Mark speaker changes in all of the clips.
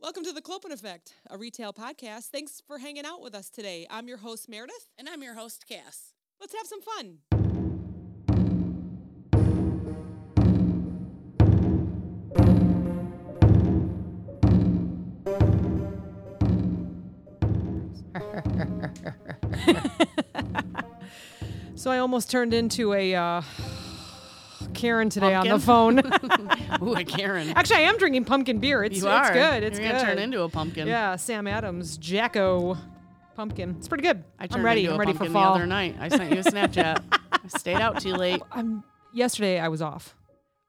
Speaker 1: Welcome to the Clopen Effect, a retail podcast. Thanks for hanging out with us today. I'm your host, Meredith.
Speaker 2: And I'm your host, Cass.
Speaker 1: Let's have some fun. so I almost turned into a uh, Karen today on the phone.
Speaker 2: Ooh, a Karen.
Speaker 1: Actually, I am drinking pumpkin beer. It's,
Speaker 2: you
Speaker 1: it's
Speaker 2: are.
Speaker 1: good. It's
Speaker 2: You're
Speaker 1: good.
Speaker 2: gonna turn into a pumpkin.
Speaker 1: Yeah, Sam Adams, Jacko, pumpkin. It's pretty good.
Speaker 2: I turned
Speaker 1: am ready.
Speaker 2: into a
Speaker 1: I'm ready
Speaker 2: pumpkin
Speaker 1: for fall.
Speaker 2: the other night. I sent you a Snapchat. I stayed out too late.
Speaker 1: I'm yesterday I was off.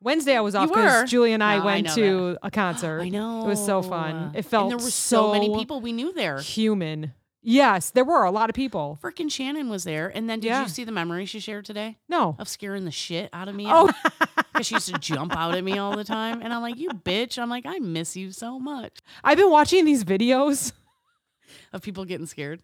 Speaker 1: Wednesday I was off
Speaker 2: You were?
Speaker 1: because Julie and I
Speaker 2: No, I
Speaker 1: went
Speaker 2: know
Speaker 1: to a concert.
Speaker 2: I know.
Speaker 1: It was so fun. It felt
Speaker 2: and there were so, many
Speaker 1: so
Speaker 2: people we knew there.
Speaker 1: human. Yes, there were a lot of people.
Speaker 2: Frickin' Shannon was there. And then did
Speaker 1: Yeah.
Speaker 2: you see the memory she shared today
Speaker 1: No.
Speaker 2: of scaring the shit out of me?
Speaker 1: Oh.
Speaker 2: Because she used to jump out at me all the time. And I'm like, you bitch. I'm like, I miss you so much.
Speaker 1: I've been watching these videos
Speaker 2: Of people getting scared.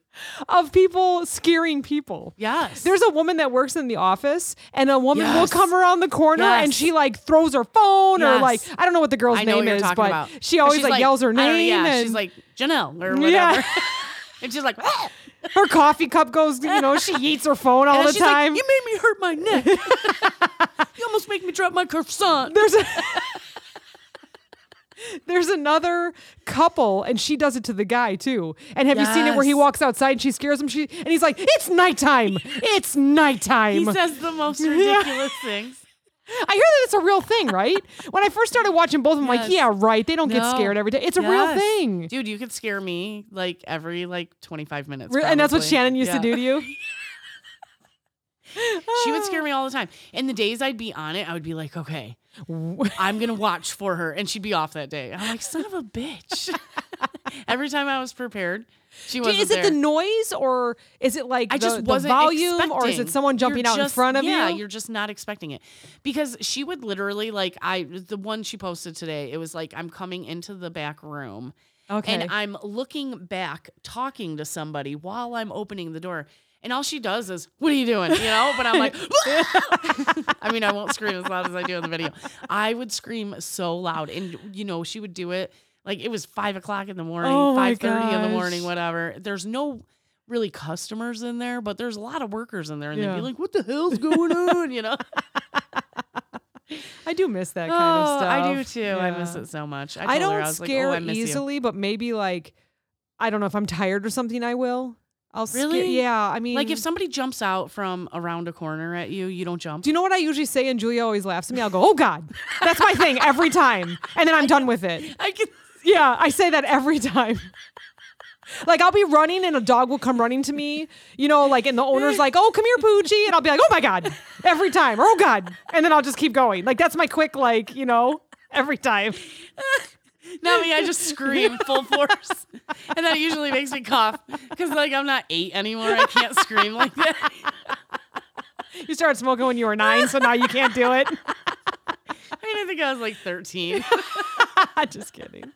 Speaker 1: of people scaring people.
Speaker 2: Yes.
Speaker 1: There's a woman that works in the office, and a woman will
Speaker 2: Yes.
Speaker 1: come around the corner
Speaker 2: Yes.
Speaker 1: and she like throws her phone or
Speaker 2: Yes.
Speaker 1: like I don't know what the girl's
Speaker 2: I know
Speaker 1: name
Speaker 2: what you're
Speaker 1: is,
Speaker 2: talking
Speaker 1: but
Speaker 2: about.
Speaker 1: she always
Speaker 2: She's
Speaker 1: like, yells her
Speaker 2: I don't know,
Speaker 1: name.
Speaker 2: yeah,
Speaker 1: and
Speaker 2: she's like Janelle or whatever.
Speaker 1: Yeah.
Speaker 2: and she's like,
Speaker 1: her coffee cup goes, you know, she eats her phone all
Speaker 2: and
Speaker 1: the
Speaker 2: she's like,
Speaker 1: time.
Speaker 2: you made me hurt my neck. you almost make me drop my croissant.
Speaker 1: there's a There's another couple, and she does it to the guy too. And have you seen it where he
Speaker 2: Yes.
Speaker 1: walks outside and she scares him? She and he's like, "It's nighttime. It's nighttime."
Speaker 2: He says the most ridiculous things.
Speaker 1: I hear that it's a real thing, right? when I first started watching both, I'm like,
Speaker 2: Yes.
Speaker 1: "Yeah, right. They don't get
Speaker 2: No.
Speaker 1: scared every day. It's a real
Speaker 2: Yes.
Speaker 1: thing."
Speaker 2: Dude, you could scare me like every like 25 minutes.
Speaker 1: Re- and that's what
Speaker 2: probably.
Speaker 1: Shannon used to
Speaker 2: Yeah.
Speaker 1: do to you.
Speaker 2: She
Speaker 1: Ah.
Speaker 2: would scare me all the time. And the days I'd be on it, I would be like, okay, I'm going to watch for her. And she'd be off that day. I'm like, son of a bitch. every time I was prepared, she wasn't
Speaker 1: is it
Speaker 2: there.
Speaker 1: the noise or is it like
Speaker 2: I
Speaker 1: the,
Speaker 2: just
Speaker 1: the
Speaker 2: wasn't
Speaker 1: volume
Speaker 2: expecting.
Speaker 1: or is it someone
Speaker 2: You're
Speaker 1: jumping out in
Speaker 2: just-
Speaker 1: front of
Speaker 2: yeah,
Speaker 1: you?
Speaker 2: you're just not expecting it because she would literally like I the one she posted today. It was like I'm coming into the back room
Speaker 1: okay.
Speaker 2: and I'm looking back, talking to somebody while I'm opening the door. And all she does is, "What are you doing?" You know. But I'm like, I mean, I won't scream as loud as I do in the video. I would scream so loud, and you know, she would do it like it was five o'clock in the morning,
Speaker 1: Oh my
Speaker 2: five thirty in the morning,
Speaker 1: gosh.
Speaker 2: whatever. There's no really customers in there, but there's a lot of workers in there, and
Speaker 1: Yeah.
Speaker 2: they'd be like, "What the hell's going on?" You know.
Speaker 1: I do miss that kind of
Speaker 2: Oh,
Speaker 1: stuff.
Speaker 2: I do too. I miss
Speaker 1: Yeah.
Speaker 2: it so much. I,
Speaker 1: I,
Speaker 2: told
Speaker 1: don't
Speaker 2: her, I was
Speaker 1: scare
Speaker 2: like, oh, I miss you."
Speaker 1: easily, but maybe like I don't know if I'm tired or something. I will. I'll scare-
Speaker 2: Really?
Speaker 1: yeah. I mean,
Speaker 2: Like if somebody jumps out from around a corner at you, you don't jump.
Speaker 1: do you know what I usually say? And Julia always laughs at me. I'll go, "Oh God," that's my thing every time, and then I'm done with it.
Speaker 2: I can.
Speaker 1: Yeah, I say that every time. Like I'll be running and a dog will come running to me, you know, like and the owner's like, "Oh, come here, Poochie," and I'll be like, "Oh my god!" Every time, or "Oh god," and then I'll just keep going. Like that's my quick, like you know, every time.
Speaker 2: Not me. I just scream full force, and that usually makes me cough because like I'm not eight anymore. I can't scream like that.
Speaker 1: You started smoking when you were nine, so now you can't do it.
Speaker 2: I mean, I think I was like 13.
Speaker 1: just kidding.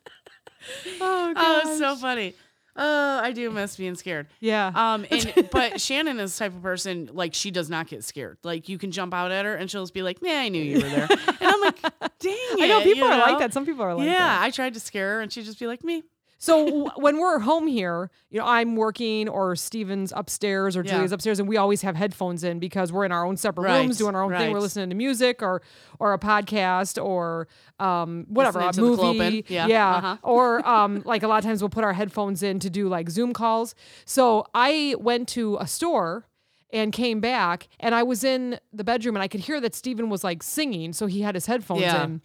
Speaker 1: Oh,
Speaker 2: Oh,
Speaker 1: gosh.
Speaker 2: it's so funny. Oh, I do miss being scared.
Speaker 1: yeah.
Speaker 2: Um, and but Shannon is the type of person like she does not get scared. Like you can jump out at her and she'll just be like, "Nah, I knew you were there." And I'm like, "Dang it!"
Speaker 1: I know
Speaker 2: you
Speaker 1: people are
Speaker 2: know?
Speaker 1: like that. Some people are like
Speaker 2: yeah,
Speaker 1: that.
Speaker 2: I tried to scare her and she'd just be like, "Me."
Speaker 1: So w- when we're home here, you know, I'm working or Steven's upstairs or
Speaker 2: Yeah.
Speaker 1: Julia's upstairs and we always have headphones in because we're in our own separate
Speaker 2: Right,
Speaker 1: rooms doing our own thing. We're
Speaker 2: right.
Speaker 1: listening to music or or a podcast or um whatever,
Speaker 2: Listening
Speaker 1: a
Speaker 2: to the
Speaker 1: movie.
Speaker 2: Clopen. Yeah, uh-huh.
Speaker 1: Or um like a lot of times we'll put our headphones in to do like Zoom calls. So I went to a store and came back and I was in the bedroom and I could hear that Steven was like singing, so he had his headphones
Speaker 2: Yeah.
Speaker 1: in.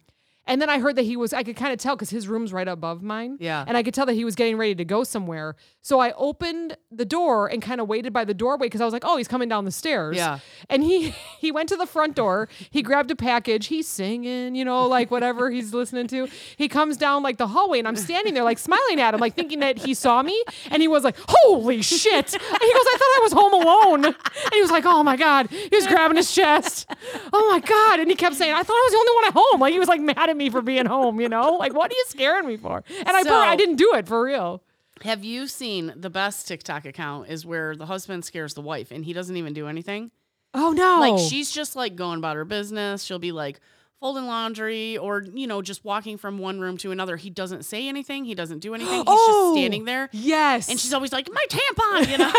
Speaker 1: And then I heard that he was, I could kind of tell because his room's right above mine.
Speaker 2: Yeah.
Speaker 1: And I could tell that he was getting ready to go somewhere. So I opened the door and kind of waited by the doorway because I was like, oh, he's coming down the stairs.
Speaker 2: Yeah.
Speaker 1: And he he went to the front door. He grabbed a package. He's singing, you know, like whatever he's listening to. He comes down like the hallway and I'm standing there like smiling at him, like thinking that he saw me. And he was like, holy shit. And he goes, I thought I was home alone. And he was like, oh my God. He was grabbing his chest. Oh my God. And he kept saying, I thought I was the only one at home. Like he was like mad at me for being home, you know? Like, what are you scaring me for? And I,
Speaker 2: So-
Speaker 1: bur- I didn't do it for real.
Speaker 2: Have you seen the best TikTok account is where the husband scares the wife and he doesn't even do anything?
Speaker 1: Oh no.
Speaker 2: Like she's just like going about her business. She'll be like, folding laundry or, you know, just walking from one room to another. He doesn't say anything. He doesn't do anything. He's
Speaker 1: Oh!
Speaker 2: just standing there.
Speaker 1: Yes.
Speaker 2: And she's always like, my tampon, you know?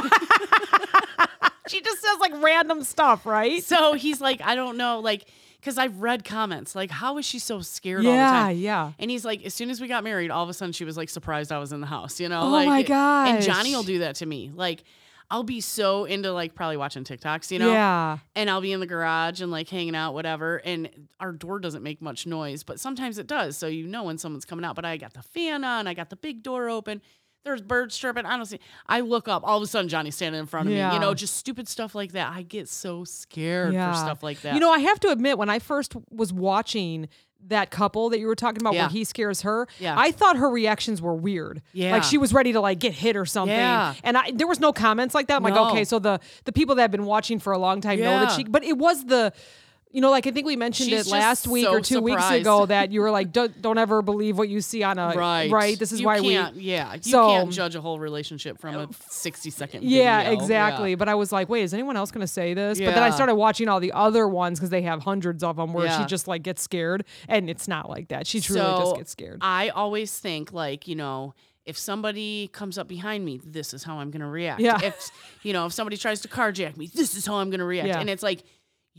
Speaker 1: she just says like random stuff, right?
Speaker 2: so he's like, I don't know. Like, because I've read comments like, how is she so scared all the
Speaker 1: Yeah,
Speaker 2: time?
Speaker 1: yeah.
Speaker 2: And he's like, as soon as we got married, all of a sudden she was like surprised I was in the house, you know?
Speaker 1: Oh
Speaker 2: like,
Speaker 1: my
Speaker 2: And Johnny
Speaker 1: gosh.
Speaker 2: will do that to me. Like, I'll be so into like probably watching TikToks, you know?
Speaker 1: yeah.
Speaker 2: And I'll be in the garage and like hanging out, whatever. And our door doesn't make much noise, but sometimes it does. So you know when someone's coming out. But I got the fan on, I got the big door open. There's birds chirping. I don't see. I look up. All of a sudden, Johnny's standing in front of me.
Speaker 1: Yeah.
Speaker 2: You know, just stupid stuff like that. I get so scared
Speaker 1: Yeah.
Speaker 2: for stuff like that.
Speaker 1: You know, I have to admit, when I first was watching that couple that you were talking about
Speaker 2: Yeah.
Speaker 1: where he scares her,
Speaker 2: Yeah.
Speaker 1: I thought her reactions were weird.
Speaker 2: Yeah.
Speaker 1: Like she was ready to like get hit or something.
Speaker 2: Yeah.
Speaker 1: And I there was no comments like that. I'm
Speaker 2: No.
Speaker 1: like, okay, so the the people that have been watching for a long time know that
Speaker 2: Yeah.
Speaker 1: she but it was the you know, like I think we mentioned
Speaker 2: She's
Speaker 1: it
Speaker 2: just
Speaker 1: last week
Speaker 2: so
Speaker 1: or two
Speaker 2: surprised.
Speaker 1: weeks ago that you were like, don't, don't ever believe what you see on a
Speaker 2: right.
Speaker 1: This is
Speaker 2: You
Speaker 1: why
Speaker 2: can't,
Speaker 1: we
Speaker 2: Yeah. You
Speaker 1: So- Oh,
Speaker 2: can't judge a whole relationship from a 60 second video.
Speaker 1: yeah, exactly. But I was like, wait, is anyone else going to say this? But then I
Speaker 2: Yeah.
Speaker 1: started watching all the other ones because they have hundreds of them where
Speaker 2: Yeah.
Speaker 1: she just like gets scared, and it's not like that. She truly
Speaker 2: so
Speaker 1: just gets scared.
Speaker 2: I always think like, you know, if somebody comes up behind me, this is how I'm going to react.
Speaker 1: Yeah.
Speaker 2: If you know, if somebody tries to carjack me, this is how I'm going to react.
Speaker 1: Yeah. Mm-hmm.
Speaker 2: And it's like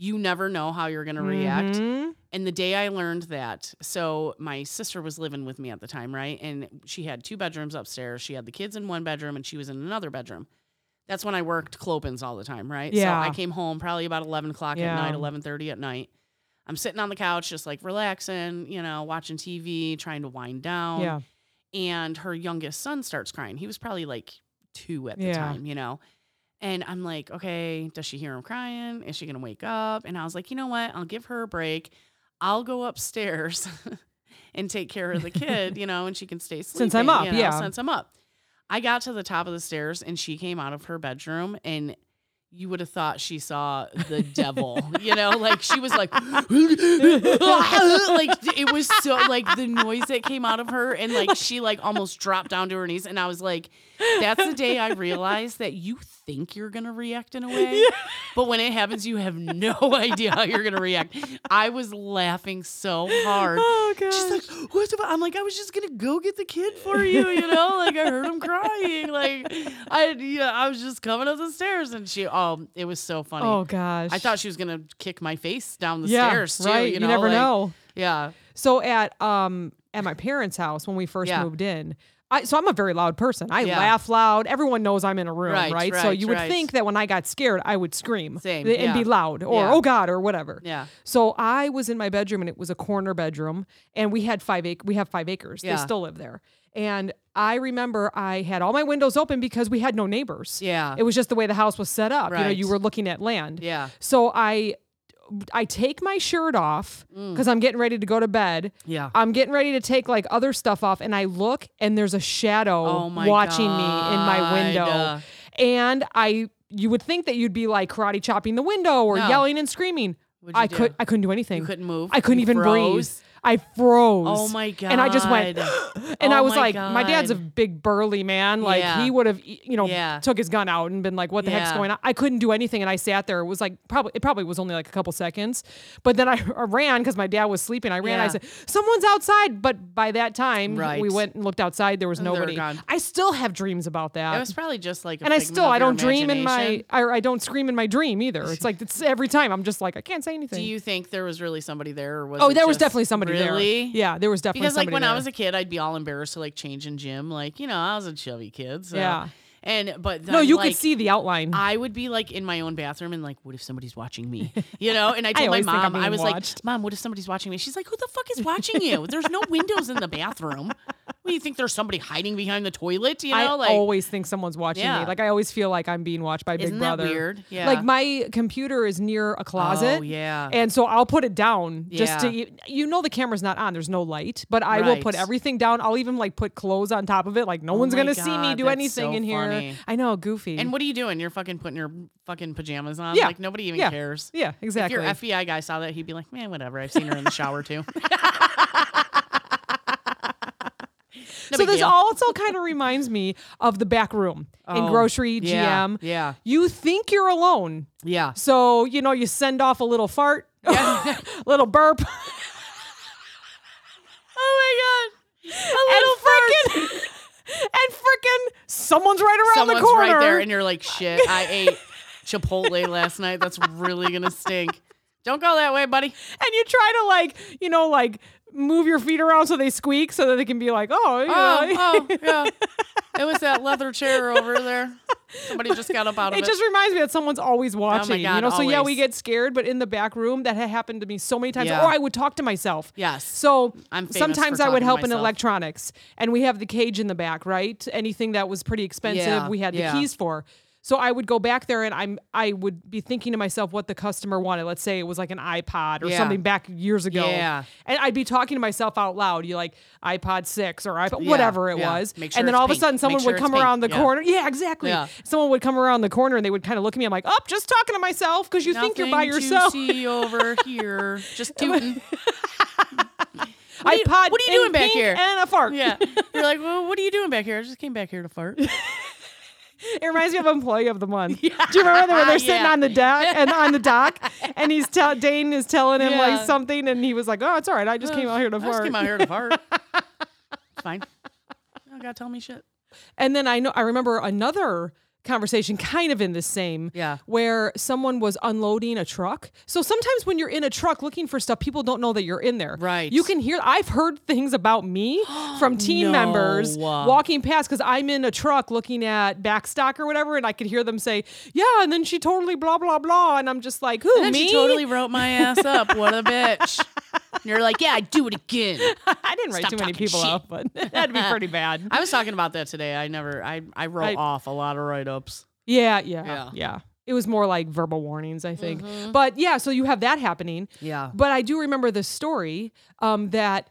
Speaker 2: you never know how you're going to react. And the day I learned that, so my sister was living with me at the time, right? And she had two bedrooms upstairs. She had the kids in one bedroom and she was in another bedroom. That's when I worked Clopin's all the time, right?
Speaker 1: Yeah.
Speaker 2: So I came home probably about 11 o'clock
Speaker 1: Yeah.
Speaker 2: at night, 11.30 at night. I'm sitting on the couch, just like relaxing, you know, watching TV, trying to wind down.
Speaker 1: yeah,
Speaker 2: And her youngest son starts crying. He was probably like two at the
Speaker 1: Yeah.
Speaker 2: time, you know. And I'm like, okay, does she hear him crying? Is she going to wake up? And I was like, you know what? I'll give her a break. I'll go upstairs and take care of the kid, you know, and she can stay sleeping.
Speaker 1: Since I'm up,
Speaker 2: you know,
Speaker 1: yeah.
Speaker 2: Since I'm up. I got to the top of the stairs and she came out of her bedroom and you would have thought she saw the devil, you know, like she was like, like it was so like the noise that came out of her and like she like almost dropped down to her knees. And I was like, that's the day I realized that you think you're going to react in a way, but when it happens, you have no idea how you're going to react. I was laughing so hard.
Speaker 1: Oh
Speaker 2: She's like, what the fu-" I'm like, I was just gonna go get the kid for you, you know? Like I heard him crying. Like I yeah, I was just coming up the stairs and she oh, it was so funny.
Speaker 1: oh gosh,
Speaker 2: I thought she was gonna kick my face down the
Speaker 1: yeah,
Speaker 2: stairs too.
Speaker 1: right?
Speaker 2: You, know?
Speaker 1: never
Speaker 2: like-
Speaker 1: know.
Speaker 2: Yeah.
Speaker 1: So at um at my parents' house when we first
Speaker 2: Yeah.
Speaker 1: moved in. I, so I'm a very loud person. I
Speaker 2: Yeah.
Speaker 1: laugh loud. Everyone knows I'm in a room,
Speaker 2: Right,
Speaker 1: right? so
Speaker 2: right,
Speaker 1: you would
Speaker 2: right.
Speaker 1: think that when I got scared, I would scream
Speaker 2: Same,
Speaker 1: and be
Speaker 2: yeah.
Speaker 1: loud or
Speaker 2: Yeah.
Speaker 1: oh god or whatever.
Speaker 2: Yeah.
Speaker 1: So I was in my bedroom and it was a corner bedroom and we had five ac- we have five acres.
Speaker 2: Yeah.
Speaker 1: They still live there. And I remember I had all my windows open because we had no neighbors.
Speaker 2: Yeah.
Speaker 1: It was just the way the house was set up. You know,
Speaker 2: Right.
Speaker 1: you were looking at land.
Speaker 2: yeah.
Speaker 1: So I I take my shirt off
Speaker 2: Mm.
Speaker 1: because I'm getting ready to go to bed.
Speaker 2: Yeah.
Speaker 1: I'm getting ready to take like other stuff off, and I look, and there's a shadow
Speaker 2: Oh my
Speaker 1: watching me in my window.
Speaker 2: God.
Speaker 1: And I, you would think that you'd be like karate chopping the window or
Speaker 2: No.
Speaker 1: yelling and screaming.
Speaker 2: What'd you
Speaker 1: I
Speaker 2: do?
Speaker 1: could, I couldn't do anything.
Speaker 2: You couldn't move.
Speaker 1: I couldn't
Speaker 2: You
Speaker 1: even
Speaker 2: froze?
Speaker 1: breathe. I froze.
Speaker 2: Oh my god.
Speaker 1: And I just went, and
Speaker 2: Oh
Speaker 1: I was
Speaker 2: my
Speaker 1: like, my dad's a
Speaker 2: God.
Speaker 1: big burly man. Like
Speaker 2: Yeah.
Speaker 1: he would have, you know,
Speaker 2: Yeah.
Speaker 1: took his gun out and been like, "What the heck's
Speaker 2: Yeah.
Speaker 1: going on?" I couldn't do anything, and I sat there. It was like probably it probably was only like a couple seconds, but then I, I ran because my dad was sleeping. I ran. I
Speaker 2: Yeah.
Speaker 1: said, "Someone's outside," but by that time,
Speaker 2: Right.
Speaker 1: we went and looked outside. There was
Speaker 2: And they were
Speaker 1: nobody.
Speaker 2: gone.
Speaker 1: I still have dreams about that.
Speaker 2: It was probably just like a
Speaker 1: and I
Speaker 2: figment
Speaker 1: still
Speaker 2: of
Speaker 1: I
Speaker 2: your
Speaker 1: don't dream in my
Speaker 2: imagination.
Speaker 1: or I don't scream in my dream either. It's like it's every time I'm just like I can't say anything.
Speaker 2: Do you think there was really somebody there or was
Speaker 1: oh,
Speaker 2: it
Speaker 1: there was
Speaker 2: just-
Speaker 1: definitely somebody
Speaker 2: really?
Speaker 1: there. Yeah, there was definitely
Speaker 2: because like
Speaker 1: somebody
Speaker 2: when I
Speaker 1: there.
Speaker 2: was a kid, I'd be all embarrassed to like change in gym. Like you know, I was a chubby kid. So.
Speaker 1: Yeah.
Speaker 2: And but then,
Speaker 1: no, you
Speaker 2: like,
Speaker 1: could see the outline.
Speaker 2: I would be like in my own bathroom and like, what if somebody's watching me? You know? And I told my
Speaker 1: always think I'm
Speaker 2: mom, I
Speaker 1: being
Speaker 2: was
Speaker 1: watched.
Speaker 2: like, Mom, what if somebody's watching me? She's like, Who the fuck is watching you? There's no windows in the bathroom. What do you think? There's somebody hiding behind the toilet? You know?
Speaker 1: I
Speaker 2: like,
Speaker 1: always think someone's watching me.
Speaker 2: Yeah.
Speaker 1: Like I always feel like I'm being watched by Big
Speaker 2: Isn't that
Speaker 1: Brother.
Speaker 2: weird? Yeah.
Speaker 1: Like my computer is near a closet.
Speaker 2: Oh, yeah.
Speaker 1: And so I'll put it down just
Speaker 2: Yeah.
Speaker 1: to e-, you know the camera's not on. There's no light, but I will put
Speaker 2: Right. Oh
Speaker 1: everything down. I'll even like put clothes on top of it. Like no one's
Speaker 2: my
Speaker 1: gonna see me
Speaker 2: God,
Speaker 1: do
Speaker 2: that's
Speaker 1: anything
Speaker 2: so
Speaker 1: in here.
Speaker 2: funny.
Speaker 1: I know, goofy.
Speaker 2: and what are you doing? You're fucking putting your fucking pajamas on.
Speaker 1: Yeah.
Speaker 2: Like nobody even
Speaker 1: Yeah.
Speaker 2: cares.
Speaker 1: yeah,
Speaker 2: If
Speaker 1: exactly.
Speaker 2: your FBI guy saw that, he'd be like, "Man, whatever. I've seen her in the shower too." No
Speaker 1: so
Speaker 2: big
Speaker 1: this
Speaker 2: deal.
Speaker 1: also kind of reminds me of the back room in
Speaker 2: Oh,
Speaker 1: grocery
Speaker 2: yeah,
Speaker 1: GM.
Speaker 2: yeah.
Speaker 1: You think you're alone.
Speaker 2: yeah.
Speaker 1: So, you know, you send off a little fart, little burp. Oh someone's right around
Speaker 2: Someone's
Speaker 1: the corner.
Speaker 2: right there, and you're like, shit, I ate Chipotle last night. That's really gonna stink. Don't go that way, buddy.
Speaker 1: and you try to like, you know, like move your feet around so they squeak so that they can be like, oh, you know.
Speaker 2: Oh, oh, yeah. It was that leather chair over there. Somebody just got up out of it. Oh
Speaker 1: It just reminds me that someone's always watching. you
Speaker 2: God,
Speaker 1: know, so yeah, we
Speaker 2: always.
Speaker 1: get scared, but in the back room, that had happened to me so many times.
Speaker 2: Yeah.
Speaker 1: Or I would talk to myself.
Speaker 2: Yes.
Speaker 1: So
Speaker 2: I'm famous
Speaker 1: sometimes
Speaker 2: for
Speaker 1: I would
Speaker 2: talking to
Speaker 1: help in
Speaker 2: myself.
Speaker 1: electronics, and we have the cage in the back, right? Anything that was pretty expensive,
Speaker 2: Yeah,
Speaker 1: we had the
Speaker 2: yeah.
Speaker 1: keys for. So I would go back there, and I'm I would be thinking to myself what the customer wanted. Let's say it was like an iPod or
Speaker 2: Yeah.
Speaker 1: something back years ago.
Speaker 2: Yeah.
Speaker 1: And I'd be talking to myself out loud. You like iPod six or iPod
Speaker 2: Yeah,
Speaker 1: whatever it
Speaker 2: yeah.
Speaker 1: was.
Speaker 2: Make sure
Speaker 1: and then
Speaker 2: it's
Speaker 1: all of a
Speaker 2: pink.
Speaker 1: sudden,
Speaker 2: Make
Speaker 1: someone
Speaker 2: sure
Speaker 1: would
Speaker 2: it's
Speaker 1: come
Speaker 2: pink.
Speaker 1: around the
Speaker 2: Yeah.
Speaker 1: corner. Yeah, exactly.
Speaker 2: Yeah.
Speaker 1: Someone would come around the corner and they would kind of look at me. I'm like, oh, just talking to myself because you think you're by
Speaker 2: Nothing to
Speaker 1: yourself.
Speaker 2: see over here. Just tooting.
Speaker 1: What
Speaker 2: you-
Speaker 1: iPod.
Speaker 2: what are you
Speaker 1: in
Speaker 2: doing back
Speaker 1: pink
Speaker 2: here?
Speaker 1: And a fart.
Speaker 2: Yeah. You're like, well, what are you doing back here? I just came back here to fart.
Speaker 1: It reminds me of Employee of the Month. Do you remember when they're sitting
Speaker 2: Yeah.
Speaker 1: on the dock and on the dock, and he's tell Dane is telling him
Speaker 2: Yeah. Uh,
Speaker 1: like something, and he was like, "Oh, it's all right. I just came out here to
Speaker 2: I just
Speaker 1: fart."
Speaker 2: came out here to fart. It's Fine. You don't gotta tell me shit.
Speaker 1: And then I know I remember another conversation kind of in the same
Speaker 2: Yeah.
Speaker 1: where someone was unloading a truck. So sometimes when you're in a truck looking for stuff, people don't know that you're in there.
Speaker 2: Right.
Speaker 1: You can hear I've heard things about me from team members
Speaker 2: No.
Speaker 1: walking past because I'm in a truck looking at backstock or whatever, and I could hear them say, Yeah, and then she totally blah blah blah. And I'm just like, who
Speaker 2: And
Speaker 1: me?
Speaker 2: she totally wrote my ass up. What a bitch. And you're like, yeah, I do it again.
Speaker 1: I didn't write
Speaker 2: Stop
Speaker 1: too many
Speaker 2: talking
Speaker 1: people
Speaker 2: shit.
Speaker 1: up, but that'd be pretty bad.
Speaker 2: I was talking about that today. I never, I, I wrote
Speaker 1: I-
Speaker 2: off a lot of write ups.
Speaker 1: Yeah, yeah, yeah.
Speaker 2: Yeah. Mm-hmm.
Speaker 1: It was more like verbal warnings, I think. But yeah, so you have that happening.
Speaker 2: Yeah.
Speaker 1: But I do remember the story um, that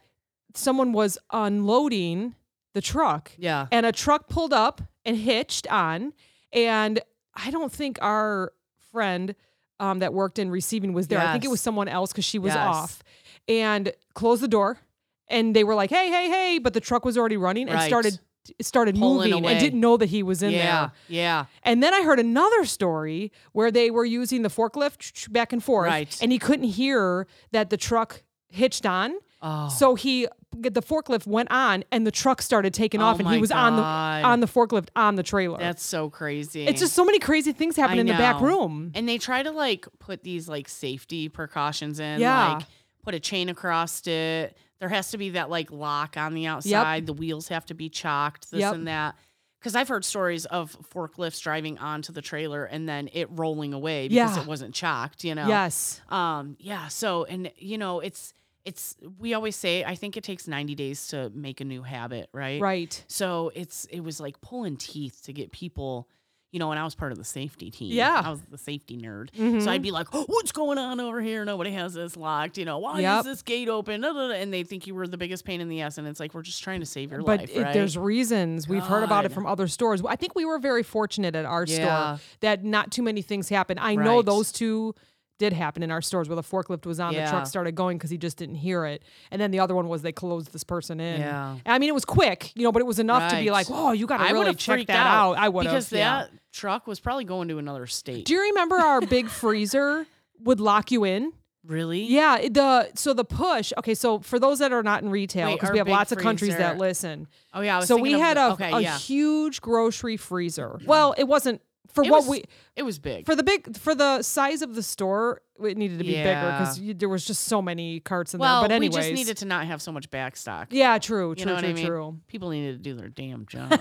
Speaker 1: someone was unloading the truck
Speaker 2: Yeah.
Speaker 1: and a truck pulled up and hitched on. And I don't think our friend um, that worked in receiving was there. I think it
Speaker 2: Yes.
Speaker 1: was someone else because she was
Speaker 2: Yes.
Speaker 1: off and closed the door. And they were like, hey, hey, hey. But the truck was already running and
Speaker 2: Right.
Speaker 1: started started
Speaker 2: Pulling
Speaker 1: moving
Speaker 2: away.
Speaker 1: and didn't know that he was in there.
Speaker 2: yeah. Yeah.
Speaker 1: And then I heard another story where they were using the forklift back and forth,
Speaker 2: Right.
Speaker 1: and he couldn't hear that the truck hitched on.
Speaker 2: Oh.
Speaker 1: So he the forklift went on, and the truck started taking
Speaker 2: Oh
Speaker 1: off, and he
Speaker 2: my
Speaker 1: was on the
Speaker 2: God.
Speaker 1: on the forklift on the trailer.
Speaker 2: That's so crazy.
Speaker 1: it's just so many crazy things happen
Speaker 2: I
Speaker 1: in the back
Speaker 2: know.
Speaker 1: room.
Speaker 2: and they try to like put these like safety precautions in,
Speaker 1: Yeah.
Speaker 2: like put a chain across it. There has to be that like lock on the outside. The wheels have to be chalked, this
Speaker 1: Yep.
Speaker 2: and that. Because I've heard stories of forklifts driving onto the trailer and then it rolling away because
Speaker 1: Yeah.
Speaker 2: it wasn't chalked, you know?
Speaker 1: Yes,
Speaker 2: Um, yeah. So, and you know, it's, it's, we always say, I think it takes 90 days to make a new habit, right?
Speaker 1: right.
Speaker 2: So it's it was like pulling teeth to get people, you know, and I was part of the safety team.
Speaker 1: Yeah.
Speaker 2: I was the safety nerd.
Speaker 1: Mhm.
Speaker 2: So I'd be like, oh, what's going on over here? Nobody has this locked, you know, why
Speaker 1: Yep.
Speaker 2: is this gate open? Da, da, da. And they think you were the biggest pain in the ass. And it's like, we're just trying to save your
Speaker 1: But
Speaker 2: life.
Speaker 1: it-
Speaker 2: right?
Speaker 1: there's reasons we've heard about it
Speaker 2: God.
Speaker 1: from other stores. I think we were very fortunate at our
Speaker 2: Yeah.
Speaker 1: store that not too many things happened. I know
Speaker 2: Right.
Speaker 1: those two did happen in our stores where the forklift was on, the
Speaker 2: Yeah.
Speaker 1: truck started going because he just didn't hear it, and then the other one was they closed this person in.
Speaker 2: Yeah.
Speaker 1: I mean it was quick, you know, but it was enough to be
Speaker 2: Right.
Speaker 1: like, "Whoa, you got to
Speaker 2: I would
Speaker 1: really
Speaker 2: have
Speaker 1: check
Speaker 2: freaked
Speaker 1: that out." I would have.
Speaker 2: because
Speaker 1: yeah.
Speaker 2: that truck was probably going to another state.
Speaker 1: Do you remember our big freezer would lock you in?
Speaker 2: really?
Speaker 1: Yeah, it- the so the push. Okay, so for those that are not in retail,
Speaker 2: Wait,
Speaker 1: because
Speaker 2: our
Speaker 1: we have
Speaker 2: big
Speaker 1: lots of countries that
Speaker 2: freezer.
Speaker 1: listen,
Speaker 2: Oh yeah. I was
Speaker 1: so we
Speaker 2: thinking of
Speaker 1: had
Speaker 2: the-
Speaker 1: a,
Speaker 2: okay,
Speaker 1: a
Speaker 2: yeah.
Speaker 1: huge grocery freezer. Well, it wasn't for
Speaker 2: It
Speaker 1: what
Speaker 2: was-
Speaker 1: we
Speaker 2: It was big.
Speaker 1: for the big for the size of the store. It needed to be bigger because there was just so many carts in
Speaker 2: well,
Speaker 1: there. But
Speaker 2: we
Speaker 1: anyways,
Speaker 2: just needed to not have so much back stock.
Speaker 1: yeah, true, true,
Speaker 2: You know what
Speaker 1: true,
Speaker 2: I mean?
Speaker 1: true.
Speaker 2: People needed to do their damn job.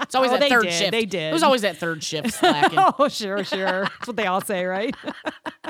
Speaker 2: it's always
Speaker 1: Oh,
Speaker 2: that
Speaker 1: they
Speaker 2: third
Speaker 1: did,
Speaker 2: shift.
Speaker 1: they did.
Speaker 2: It was always that third shift slacking.
Speaker 1: Oh, sure, sure. That's what they all say, right?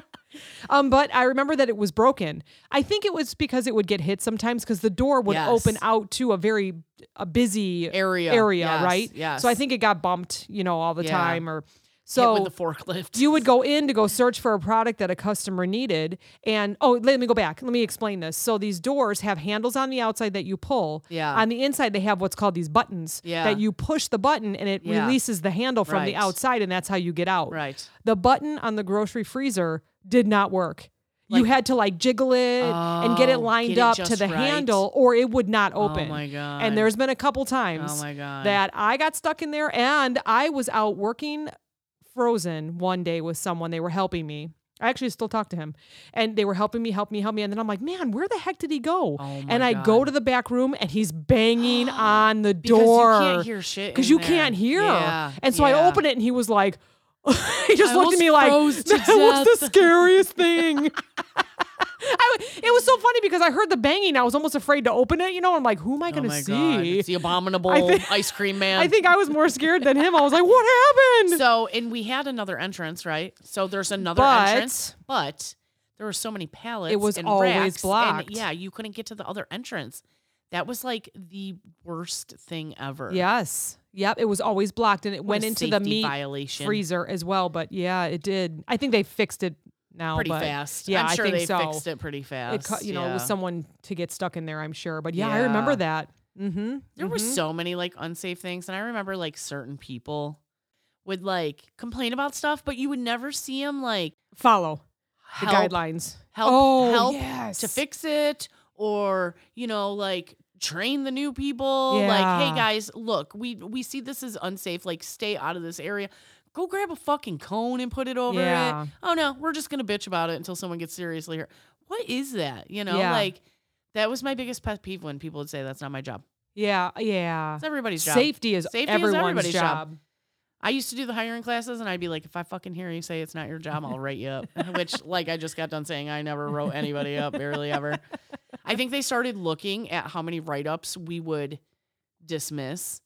Speaker 1: um, but I remember that it was broken. I think it was because it would get hit sometimes because the door would
Speaker 2: Yes.
Speaker 1: open out to a very a busy
Speaker 2: Area,
Speaker 1: area,
Speaker 2: yes,
Speaker 1: right?
Speaker 2: yes.
Speaker 1: So I think it got bumped, you know, all the
Speaker 2: Yeah.
Speaker 1: time or.
Speaker 2: Hit
Speaker 1: So
Speaker 2: with the forklift.
Speaker 1: you would go in to go search for a product that a customer needed and oh let me go back let me explain this so these doors have handles on the outside that you pull
Speaker 2: Yeah.
Speaker 1: on the inside they have what's called these buttons
Speaker 2: Yeah.
Speaker 1: that you push the button and it
Speaker 2: Yeah.
Speaker 1: releases the handle from the
Speaker 2: Right.
Speaker 1: outside and that's how you get out
Speaker 2: Right.
Speaker 1: the button on the grocery freezer did not work you
Speaker 2: Like-
Speaker 1: had to like jiggle it and get it
Speaker 2: Oh,
Speaker 1: lined
Speaker 2: get it
Speaker 1: up to
Speaker 2: just
Speaker 1: the
Speaker 2: right. Oh
Speaker 1: handle or it would not open
Speaker 2: my
Speaker 1: and
Speaker 2: God.
Speaker 1: there's been a couple times
Speaker 2: Oh my god.
Speaker 1: that I got stuck in there and I was out working frozen one day with someone. They were helping me. I actually still talk to him. And they were helping me, help me, help me. And then I'm like, man, where the heck did he go?
Speaker 2: Oh my
Speaker 1: and I
Speaker 2: God.
Speaker 1: go to the back room and he's banging on the
Speaker 2: Because
Speaker 1: door.
Speaker 2: you can't hear shit.
Speaker 1: Because
Speaker 2: in
Speaker 1: you
Speaker 2: there.
Speaker 1: can't hear.
Speaker 2: Yeah,
Speaker 1: And so
Speaker 2: yeah.
Speaker 1: I open it and he was like, he just
Speaker 2: I
Speaker 1: looked
Speaker 2: almost
Speaker 1: at me like,
Speaker 2: froze to
Speaker 1: that was the
Speaker 2: death."
Speaker 1: scariest thing. I, it was so funny because I heard the banging. I was almost afraid to open it. You know, I'm like, who am I
Speaker 2: Oh
Speaker 1: going to
Speaker 2: my God.
Speaker 1: see?
Speaker 2: It's the abominable
Speaker 1: I think-
Speaker 2: ice cream man.
Speaker 1: I think I was more scared than him. I was like, what happened?
Speaker 2: so. And we had another entrance, right? So there's another
Speaker 1: But-
Speaker 2: entrance, but there were so many pallets.
Speaker 1: was
Speaker 2: and
Speaker 1: always
Speaker 2: racks, and
Speaker 1: blocked.
Speaker 2: yeah, you couldn't get to the other entrance. That was like the worst thing ever.
Speaker 1: yes. Yep. It was always blocked and it
Speaker 2: What
Speaker 1: went
Speaker 2: a
Speaker 1: into the
Speaker 2: safety
Speaker 1: meat
Speaker 2: violation
Speaker 1: freezer as well. But yeah, it did. I think they fixed it now.
Speaker 2: pretty
Speaker 1: but
Speaker 2: fast.
Speaker 1: Yeah,
Speaker 2: I'm
Speaker 1: I
Speaker 2: sure
Speaker 1: think
Speaker 2: they
Speaker 1: so.
Speaker 2: fixed it pretty
Speaker 1: It,
Speaker 2: fast.
Speaker 1: cu- you know, it was
Speaker 2: yeah.
Speaker 1: someone to get stuck in there, I'm sure. But yeah, I
Speaker 2: Yeah.
Speaker 1: remember that. Mm-hmm.
Speaker 2: There were so many like unsafe things, and I remember like certain people would like complain about stuff, but you would never see them like
Speaker 1: follow the
Speaker 2: help,
Speaker 1: guidelines.
Speaker 2: help,
Speaker 1: Oh,
Speaker 2: help
Speaker 1: yes.
Speaker 2: to fix it, or you know like train the new people. Like, hey
Speaker 1: Yeah.
Speaker 2: guys, look, we we see this is unsafe. Like, stay out of this area. Go grab a fucking cone and put it over
Speaker 1: Yeah.
Speaker 2: it. Oh no, we're just gonna bitch about it until someone gets seriously hurt. What is that? You know,
Speaker 1: Yeah.
Speaker 2: like that was my biggest pet peeve when people would say that's not my job.
Speaker 1: Yeah, yeah.
Speaker 2: It's everybody's job.
Speaker 1: Safety is
Speaker 2: Safety is
Speaker 1: everyone's
Speaker 2: everybody's job.
Speaker 1: job.
Speaker 2: I used to do the hiring classes, and I'd be like, if I fucking hear you say it's not your job, I'll write you up. Which, like, I just got done saying I never wrote anybody up, barely ever. I think they started looking at how many write ups we would dismiss,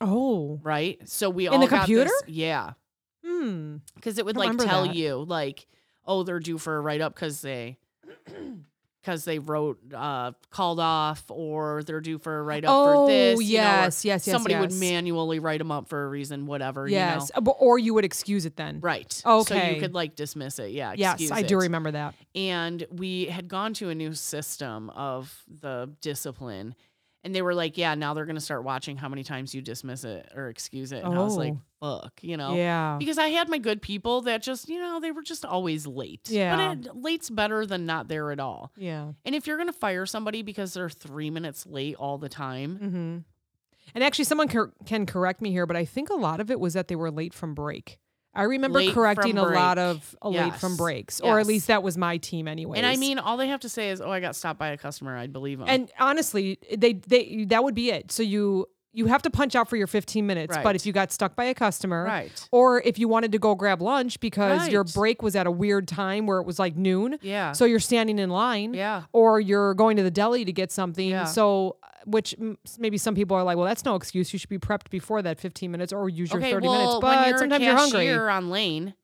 Speaker 1: Oh,
Speaker 2: right? So we all
Speaker 1: In the
Speaker 2: got this-
Speaker 1: computer?
Speaker 2: yeah,
Speaker 1: hmm.
Speaker 2: because it would
Speaker 1: I
Speaker 2: like
Speaker 1: remember
Speaker 2: tell
Speaker 1: that.
Speaker 2: you like, oh, they're due for a write up because they. Because they wrote, uh, called off, or they're due for a write up
Speaker 1: Oh,
Speaker 2: for this. you know, or
Speaker 1: yes, yes, yes.
Speaker 2: Somebody would
Speaker 1: yes.
Speaker 2: manually write them up for a reason, whatever. You know?
Speaker 1: Yes, Uh, but- or you would excuse it then.
Speaker 2: Right. So you
Speaker 1: Okay.
Speaker 2: could like dismiss it. Yeah.
Speaker 1: Yes,
Speaker 2: excuse
Speaker 1: I do
Speaker 2: it.
Speaker 1: remember that.
Speaker 2: And we had gone to a new system of the discipline. And they were like, yeah, now they're going to start watching how many times you dismiss it or excuse it. And I was like, fuck, you know?
Speaker 1: Oh. Yeah.
Speaker 2: Because I had my good people that just, you know, they were just always late.
Speaker 1: Yeah.
Speaker 2: But it, late's better than not there at all.
Speaker 1: Yeah.
Speaker 2: And if you're going to fire somebody because they're three minutes late all the time,
Speaker 1: Mm-hmm. And actually, someone cor- can correct me here, but I think a lot of it was that they were late from break. I remember
Speaker 2: Late from
Speaker 1: correcting a lot
Speaker 2: break.
Speaker 1: of uh, late from
Speaker 2: Yes.
Speaker 1: breaks, or
Speaker 2: Yes.
Speaker 1: at least that was my team, anyway.
Speaker 2: and I mean, uh, all they have to say is, oh, I got stopped by a customer, I'd believe them.
Speaker 1: And honestly, they they that would be it. So you you have to punch out for your 15 minutes,
Speaker 2: Right.
Speaker 1: but if you got stuck by a customer
Speaker 2: right.
Speaker 1: or if you wanted to go grab lunch because your
Speaker 2: Right.
Speaker 1: break was at a weird time where it was like noon,
Speaker 2: Yeah.
Speaker 1: so you're standing in line
Speaker 2: yeah.
Speaker 1: or you're going to the deli to get something.
Speaker 2: Yeah.
Speaker 1: So uh, which m- maybe some people are like, well, that's no excuse. You should be prepped before that 15 minutes or use your 30 minutes.
Speaker 2: when
Speaker 1: But
Speaker 2: you're a
Speaker 1: sometimes you're hungry.
Speaker 2: cashier on lane,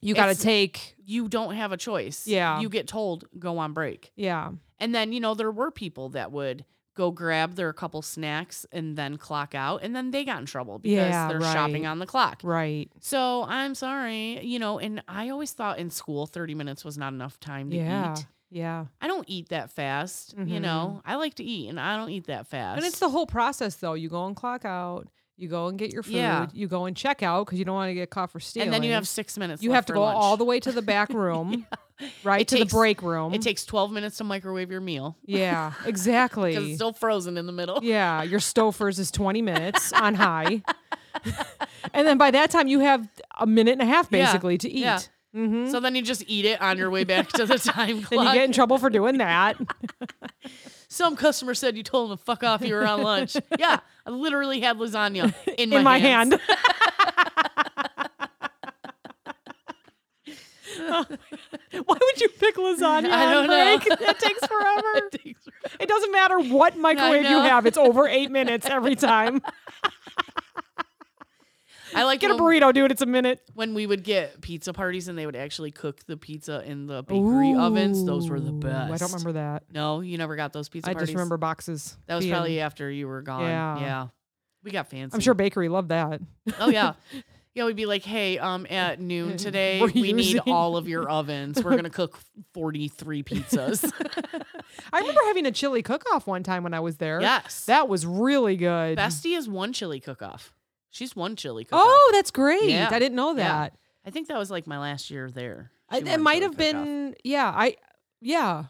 Speaker 1: You got to
Speaker 2: it's-
Speaker 1: take
Speaker 2: you don't have a choice.
Speaker 1: Yeah.
Speaker 2: You get told go on break.
Speaker 1: yeah.
Speaker 2: And then, you know, there were people that would go grab their couple snacks and then clock out and then they got in trouble because
Speaker 1: Yeah,
Speaker 2: they're shopping
Speaker 1: right.
Speaker 2: on the clock.
Speaker 1: Right.
Speaker 2: So, I'm sorry, you know, and I always thought in school 30 minutes was not enough time to
Speaker 1: Yeah.
Speaker 2: eat.
Speaker 1: Yeah.
Speaker 2: I don't eat that fast, you know. I like to eat and I don't eat that fast.
Speaker 1: And it's the whole process, though. You go and clock out. You go and get your food.
Speaker 2: Yeah.
Speaker 1: You go and check out because you don't want to get caught for stealing.
Speaker 2: and then you have 6 minutes
Speaker 1: you
Speaker 2: left
Speaker 1: have to
Speaker 2: for
Speaker 1: go
Speaker 2: lunch.
Speaker 1: all the way to the back room, right
Speaker 2: It
Speaker 1: to
Speaker 2: takes-
Speaker 1: the break room.
Speaker 2: It takes 12 minutes to microwave your meal
Speaker 1: yeah,
Speaker 2: cuz it's
Speaker 1: exactly.
Speaker 2: still frozen in the middle.
Speaker 1: Yeah, your Stouffer's is twenty minutes on high, and then by that time you have a minute and a half
Speaker 2: Yeah,
Speaker 1: basically to eat.
Speaker 2: yeah.
Speaker 1: hmm
Speaker 2: So then you just eat it on your way back to the time
Speaker 1: Then you
Speaker 2: clock.
Speaker 1: get in trouble for doing that.
Speaker 2: Some customer said you told him to fuck off. You were on lunch. yeah, I literally had lasagna in,
Speaker 1: in my
Speaker 2: hands.
Speaker 1: hand. Why would you pick lasagna
Speaker 2: I
Speaker 1: on
Speaker 2: don't know.
Speaker 1: break? That takes forever.
Speaker 2: It takes-
Speaker 1: It doesn't matter what microwave you
Speaker 2: know.
Speaker 1: have; it's over eight minutes every time.
Speaker 2: I like
Speaker 1: Get a
Speaker 2: when,
Speaker 1: burrito, dude. It's a minute.
Speaker 2: when we would get pizza parties and they would actually cook the pizza in the bakery ovens. Those were the
Speaker 1: Ooh,
Speaker 2: best.
Speaker 1: I don't remember that.
Speaker 2: No, you never got those pizza
Speaker 1: I
Speaker 2: parties.
Speaker 1: just remember boxes.
Speaker 2: that was
Speaker 1: being-
Speaker 2: probably after you were gone. Yeah.
Speaker 1: Yeah.
Speaker 2: We got fancy.
Speaker 1: I'm sure bakery loved that.
Speaker 2: Oh yeah. Yeah, we'd be like, hey, um, at noon today,
Speaker 1: We're
Speaker 2: we need
Speaker 1: using-
Speaker 2: all of your ovens. We're gonna cook 43 pizzas.
Speaker 1: I remember having a chili cook-off one time when I was there.
Speaker 2: yes.
Speaker 1: that was really good.
Speaker 2: Bestie is one chili cook off. She's one chili cook off.
Speaker 1: Oh, that's great!
Speaker 2: Yeah.
Speaker 1: I didn't know
Speaker 2: Yeah.
Speaker 1: that.
Speaker 2: I think that was like my last year there.
Speaker 1: I,
Speaker 2: She
Speaker 1: it
Speaker 2: won
Speaker 1: might
Speaker 2: chili
Speaker 1: have
Speaker 2: cook-off.
Speaker 1: been. Yeah, I. Yeah,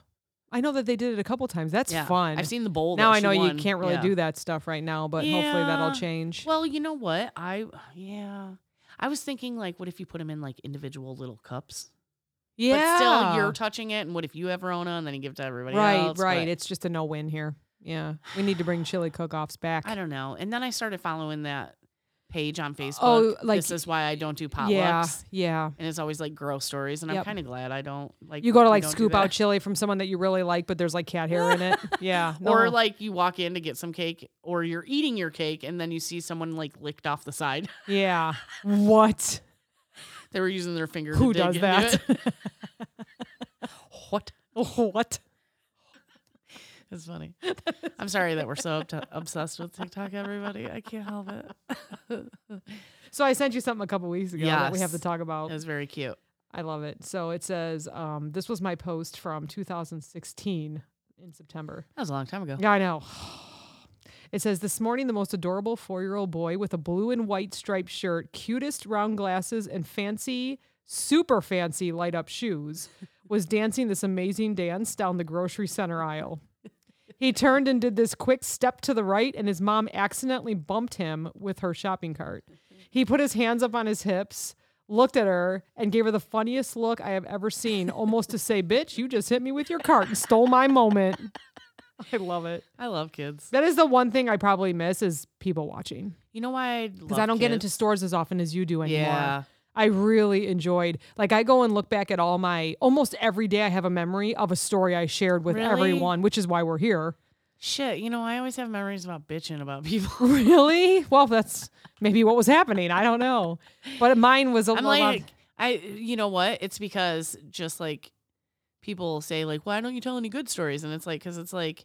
Speaker 1: I know that they did it a couple times. That's
Speaker 2: Yeah.
Speaker 1: fun.
Speaker 2: I've seen the bowl.
Speaker 1: now
Speaker 2: that
Speaker 1: I
Speaker 2: she
Speaker 1: know you
Speaker 2: won.
Speaker 1: can't really
Speaker 2: Yeah.
Speaker 1: do that stuff right now, but hopefully that'll
Speaker 2: Yeah.
Speaker 1: change.
Speaker 2: Well, you know what? I yeah. I was thinking like, what if you put them in like individual little cups?
Speaker 1: Yeah.
Speaker 2: But still, you're touching it. And what if you have Rona? And then you give it to everybody
Speaker 1: right,
Speaker 2: else.
Speaker 1: right.
Speaker 2: but-
Speaker 1: It's just a no win here. Yeah. We need to bring chili cook offs back.
Speaker 2: I don't know. And then I started following that page on Facebook.
Speaker 1: Oh, like-
Speaker 2: this is why I don't do potlucks.
Speaker 1: yeah. Yeah.
Speaker 2: And it's always like gross stories, and I'm
Speaker 1: Yep.
Speaker 2: kind of glad I don't like.
Speaker 1: You go to
Speaker 2: we
Speaker 1: like
Speaker 2: don't do
Speaker 1: scoop
Speaker 2: that.
Speaker 1: out chili from someone that you really like, but there's like cat hair in it. Yeah.
Speaker 2: Or
Speaker 1: no.
Speaker 2: like you walk in to get some cake, or you're eating your cake, and then you see someone like licked off the side.
Speaker 1: Yeah. What?
Speaker 2: they were using their finger.
Speaker 1: Who
Speaker 2: to dig
Speaker 1: does
Speaker 2: into
Speaker 1: that?
Speaker 2: it. what?
Speaker 1: what?
Speaker 2: It's funny. I'm sorry that we're so obta- obsessed with TikTok, everybody. I can't help it.
Speaker 1: So I sent you something a couple weeks ago that we have to
Speaker 2: Yes.
Speaker 1: talk about.
Speaker 2: It was very cute.
Speaker 1: I love it. So it says, um, this was my post from 2016 in September.
Speaker 2: That was a long time ago.
Speaker 1: Yeah, I know. It says this morning the most adorable four year old boy with a blue and white striped shirt, cutest round glasses, and fancy, super fancy light up shoes was dancing this amazing dance down the grocery center aisle. He turned and did this quick step to the right, and his mom accidentally bumped him with her shopping cart. He put his hands up on his hips, looked at her, and gave her the funniest look I have ever seen, almost to say, Bitch, you just hit me with your cart and stole my moment. I love it.
Speaker 2: I love kids.
Speaker 1: That is the one thing I probably miss is people watching
Speaker 2: You know why?
Speaker 1: because I don't get into stores as often as you do anymore.
Speaker 2: Yeah.
Speaker 1: I really enjoyed like I go and look back at all my almost every day I have a memory of a story I shared with
Speaker 2: Really?
Speaker 1: everyone, which is why we're here.
Speaker 2: Shit, you know, I always have memories about bitching about people.
Speaker 1: Really? Well, that's maybe what was happening. I don't know. But mine was a
Speaker 2: I'm
Speaker 1: little
Speaker 2: like, I, you know what? It's because just like people say, like, why don't you tell any good stories? And it's like, because it's like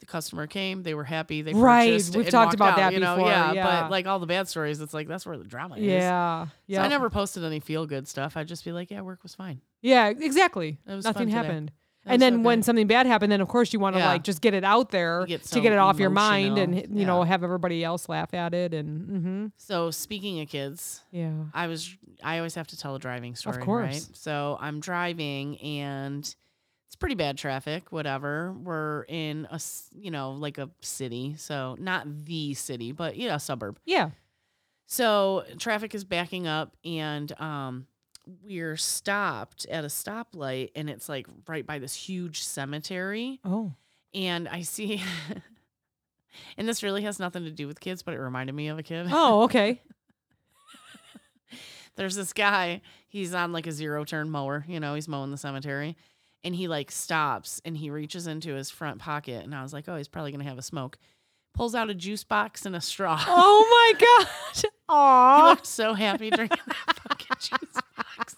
Speaker 2: the customer came, they were happy, they
Speaker 1: Right,
Speaker 2: purchased,
Speaker 1: we've
Speaker 2: and
Speaker 1: talked
Speaker 2: walked
Speaker 1: about
Speaker 2: out,
Speaker 1: that
Speaker 2: you know?
Speaker 1: before,
Speaker 2: Yeah,
Speaker 1: yeah.
Speaker 2: but like all the bad stories, it's like that's where the drama is.
Speaker 1: yeah.
Speaker 2: So
Speaker 1: Yeah.
Speaker 2: I never posted any feel good stuff. I just be like, yeah, work was fine.
Speaker 1: yeah, exactly.
Speaker 2: It was
Speaker 1: Nothing
Speaker 2: fun today.
Speaker 1: happened.
Speaker 2: It was
Speaker 1: and then
Speaker 2: so
Speaker 1: when
Speaker 2: good.
Speaker 1: something bad happened, then of course you want to
Speaker 2: Yeah.
Speaker 1: like just get it out there
Speaker 2: get
Speaker 1: to
Speaker 2: so
Speaker 1: get it off your mind and
Speaker 2: emotional.
Speaker 1: you know
Speaker 2: Yeah.
Speaker 1: have everybody else laugh at it and mhm.
Speaker 2: So speaking of kids,
Speaker 1: yeah.
Speaker 2: I was I always have to tell a driving story,
Speaker 1: course.
Speaker 2: right? So I'm driving and it's pretty bad traffic, whatever. We're in a s- you know, like a city. So not the city, but you know, a suburb.
Speaker 1: Yeah.
Speaker 2: So traffic is backing up and um we're stopped at a stoplight and it's like right by this huge cemetery
Speaker 1: Oh.
Speaker 2: and I see and this really has nothing to do with kids, but it reminded me of a kid.
Speaker 1: Oh, okay.
Speaker 2: there's this guy he's on like a zero turn mower you know he's mowing the cemetery and he like stops and he reaches into his front pocket and i was like oh he's probably gonna have a smoke pulls out a juice box and a straw
Speaker 1: oh my gosh.
Speaker 2: he
Speaker 1: Aw.
Speaker 2: looked so happy drinking that fucking juice box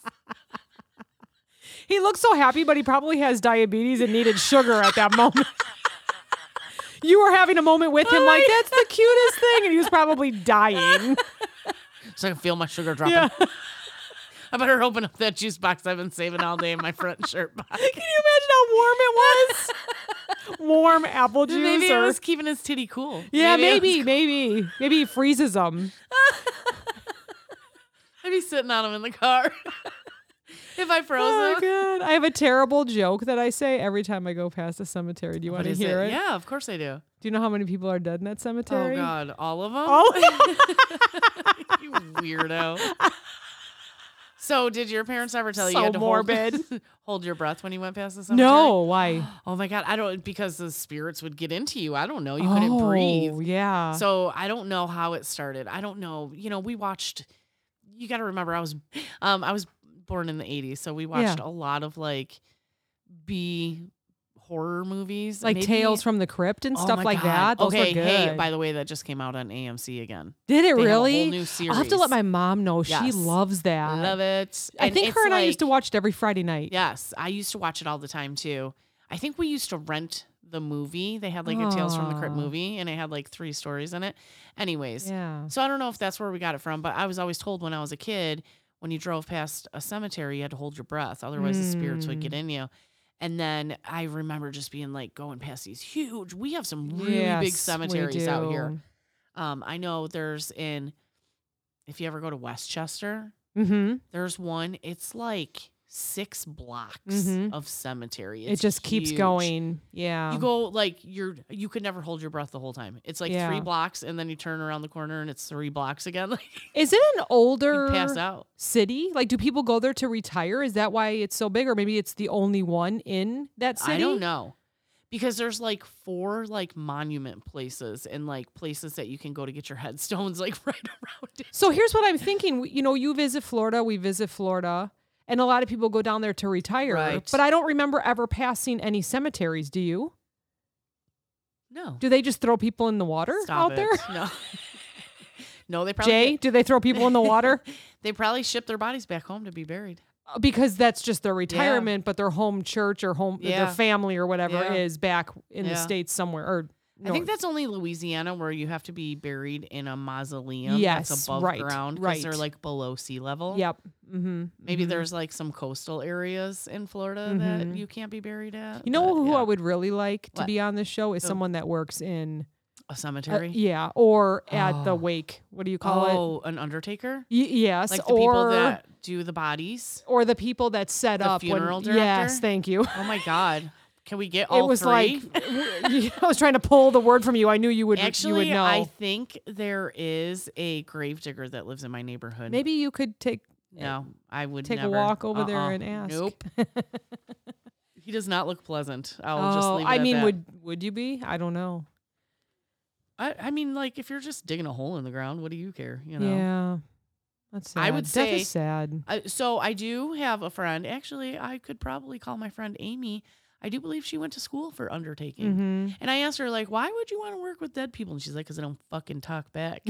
Speaker 1: He, looks so happy, but he probably has diabetes and needed sugar at that moment. you were having a moment with him, like, that's the cutest thing. And he was probably dying.
Speaker 2: so i can feel my sugar dropping
Speaker 1: Yeah.
Speaker 2: i better open up that juice box i've been saving all day in my front shirt pocket
Speaker 1: Can you imagine how warm it was? warm apple juice.
Speaker 2: maybe it
Speaker 1: or-
Speaker 2: was keeping his titty cool
Speaker 1: yeah,
Speaker 2: it was-
Speaker 1: maybe, maybe. Maybe, he freezes them.
Speaker 2: i'd be sitting on him in the car if i froze
Speaker 1: Oh my
Speaker 2: him
Speaker 1: God. I have a terrible joke that I say every time I go past a cemetery. Do you want
Speaker 2: What
Speaker 1: to
Speaker 2: is
Speaker 1: hear it?
Speaker 2: yeah of course i do
Speaker 1: Do you know how many people are dead in that cemetery?
Speaker 2: Oh God, all of them. you weirdo. So, did your parents ever tell you
Speaker 1: So
Speaker 2: you had to
Speaker 1: morbid.
Speaker 2: Hold, hold your breath when you went past the cemetery?
Speaker 1: No, why?
Speaker 2: Oh my God, I don't because the spirits would get into you. I don't know. You couldn't breathe.
Speaker 1: Oh, Yeah.
Speaker 2: So I don't know how it started. I don't know. You know, we watched. You got to remember, I was, um, I was born in the '80s, so we watched a lot of like B horror movies,
Speaker 1: like
Speaker 2: Maybe-
Speaker 1: Tales from the Crypt and
Speaker 2: Oh
Speaker 1: stuff
Speaker 2: my
Speaker 1: like
Speaker 2: God.
Speaker 1: that. Those
Speaker 2: okay,
Speaker 1: were good.
Speaker 2: hey, by the way, that just came out on AMC again.
Speaker 1: Did it
Speaker 2: They have a whole
Speaker 1: really?
Speaker 2: new
Speaker 1: I'll have to
Speaker 2: series.
Speaker 1: let my mom know. She
Speaker 2: Yes.
Speaker 1: loves that.
Speaker 2: Love it.
Speaker 1: I think her and I used to
Speaker 2: watch.
Speaker 1: watch it every Friday night.
Speaker 2: Yes, I used to watch it all the time too. I think we used to rent the movie. They had like a Tales from the Crypt
Speaker 1: Ah.
Speaker 2: movie, and it had like three stories in it. Anyways,
Speaker 1: Yeah.
Speaker 2: so I don't know if that's where we got it from, but I was always told when I was a kid, when you drove past a cemetery, you had to hold your breath, otherwise the spirits would
Speaker 1: Mm.
Speaker 2: get in you. And then I remember just being like going past these huge. We have some really
Speaker 1: Yes, we
Speaker 2: big cemeteries out here.
Speaker 1: do.
Speaker 2: Um, I know there's in, if you ever go to Westchester,
Speaker 1: Mhm.
Speaker 2: there's one. It's like six blocks
Speaker 1: Mhm.
Speaker 2: of cemetery.
Speaker 1: it
Speaker 2: It's
Speaker 1: just keeps
Speaker 2: huge.
Speaker 1: going. um, Yeah.
Speaker 2: You go like you're you could never hold your breath the whole time. It's like
Speaker 1: Yeah.
Speaker 2: three blocks and then you turn around the corner and it's three blocks again. Like
Speaker 1: Is it an
Speaker 2: you
Speaker 1: older
Speaker 2: pass out.
Speaker 1: city? Like, do people go there to retire? Is that why it's so big, or maybe it's the only one in that city?
Speaker 2: I don't know. Because there's like four like monument places and like places that you can go to get your headstones like right around it.
Speaker 1: So here's what I'm thinking. We- You know, you visit Florida, we visit Florida, and a lot of people go down there to retire.
Speaker 2: Right.
Speaker 1: But I don't remember ever passing any cemeteries. Do you?
Speaker 2: No.
Speaker 1: Do they just throw people in the water out
Speaker 2: Stop it.
Speaker 1: there?
Speaker 2: No. no, they probably
Speaker 1: Jay, do they throw people in the water?
Speaker 2: they probably ship their bodies back home to be buried.
Speaker 1: Uh, because that's just their retirement, but their home church or home
Speaker 2: Yeah.
Speaker 1: their family or whatever
Speaker 2: Yeah.
Speaker 1: is back in the
Speaker 2: Yeah.
Speaker 1: states somewhere. Or
Speaker 2: I think
Speaker 1: North.
Speaker 2: that's only Louisiana where you have to be buried in a mausoleum
Speaker 1: Yes,
Speaker 2: that's above
Speaker 1: right,
Speaker 2: ground they're
Speaker 1: right.
Speaker 2: like below sea level.
Speaker 1: yep. Mm-hmm.
Speaker 2: Maybe there's like some coastal areas in Florida
Speaker 1: Mhm.
Speaker 2: that you can't be buried at.
Speaker 1: You know
Speaker 2: but
Speaker 1: who uh,
Speaker 2: yeah.
Speaker 1: I would really like to
Speaker 2: What?
Speaker 1: be on this show is
Speaker 2: Who?
Speaker 1: someone that works in
Speaker 2: a
Speaker 1: uh,
Speaker 2: cemetery.
Speaker 1: yeah, or at the
Speaker 2: Oh.
Speaker 1: wake. What do you call it?
Speaker 2: oh, an undertaker?
Speaker 1: Y- yes,
Speaker 2: Like the
Speaker 1: or
Speaker 2: people that do the bodies.
Speaker 1: or the people that set
Speaker 2: The
Speaker 1: up when-
Speaker 2: funeral
Speaker 1: Yes,
Speaker 2: director?
Speaker 1: thank you.
Speaker 2: Oh my god. Can we get all
Speaker 1: it was
Speaker 2: three?
Speaker 1: like I was trying to pull the word from you. I knew you would you would
Speaker 2: Actually,
Speaker 1: know.
Speaker 2: I think there is a gravedigger that lives in my neighborhood.
Speaker 1: Maybe you could take
Speaker 2: No, I would
Speaker 1: take
Speaker 2: never.
Speaker 1: a walk over there
Speaker 2: Uh-uh.
Speaker 1: and ask.
Speaker 2: Nope. He does not look pleasant. I'll just
Speaker 1: Oh,
Speaker 2: leave it
Speaker 1: I
Speaker 2: at
Speaker 1: mean,
Speaker 2: that.
Speaker 1: would would you be? I don't know.
Speaker 2: I, I mean, like if you're just digging a hole in the ground, what do you care? You know.
Speaker 1: Yeah, that's sad.
Speaker 2: I would
Speaker 1: Death
Speaker 2: say-
Speaker 1: is sad.
Speaker 2: I, so I do have a friend. Actually, I could probably call my friend Amy. I do believe she went to school for undertaking.
Speaker 1: hmm
Speaker 2: And I asked her like, "Why would you want to work with dead people?" And she's like, "Cause I don't fucking talk back."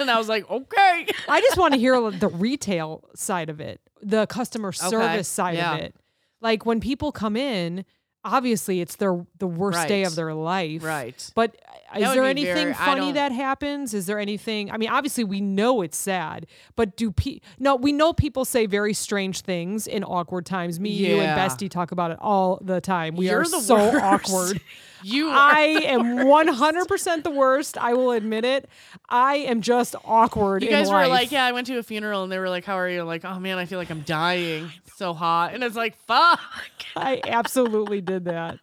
Speaker 2: and I was like, "Okay."
Speaker 1: I just want to hear like, the retail side of it, the customer service side
Speaker 2: yeah.
Speaker 1: of it. Like when people come in, obviously it's their the worst day
Speaker 2: Right.
Speaker 1: of their life.
Speaker 2: Right.
Speaker 1: But uh, is
Speaker 2: would
Speaker 1: there
Speaker 2: be
Speaker 1: anything
Speaker 2: very- I
Speaker 1: funny
Speaker 2: don't-
Speaker 1: that happens? Is there anything? I mean, obviously we know it's sad, but do pe- no? We know people say very strange things in awkward times. Me, you, and
Speaker 2: Yeah.
Speaker 1: Bestie talk about it all the time. We
Speaker 2: You're
Speaker 1: are
Speaker 2: the
Speaker 1: so
Speaker 2: worst.
Speaker 1: awkward.
Speaker 2: You are.
Speaker 1: I am one hundred percent the worst. I will admit it. I am just awkward.
Speaker 2: You
Speaker 1: in
Speaker 2: guys were
Speaker 1: life.
Speaker 2: like, "Yeah, I went to a funeral," and they were like, "How are you?" I'm like, "Oh man, I feel like I'm dying. So hot." And it's like, "Fuck."
Speaker 1: I absolutely did that.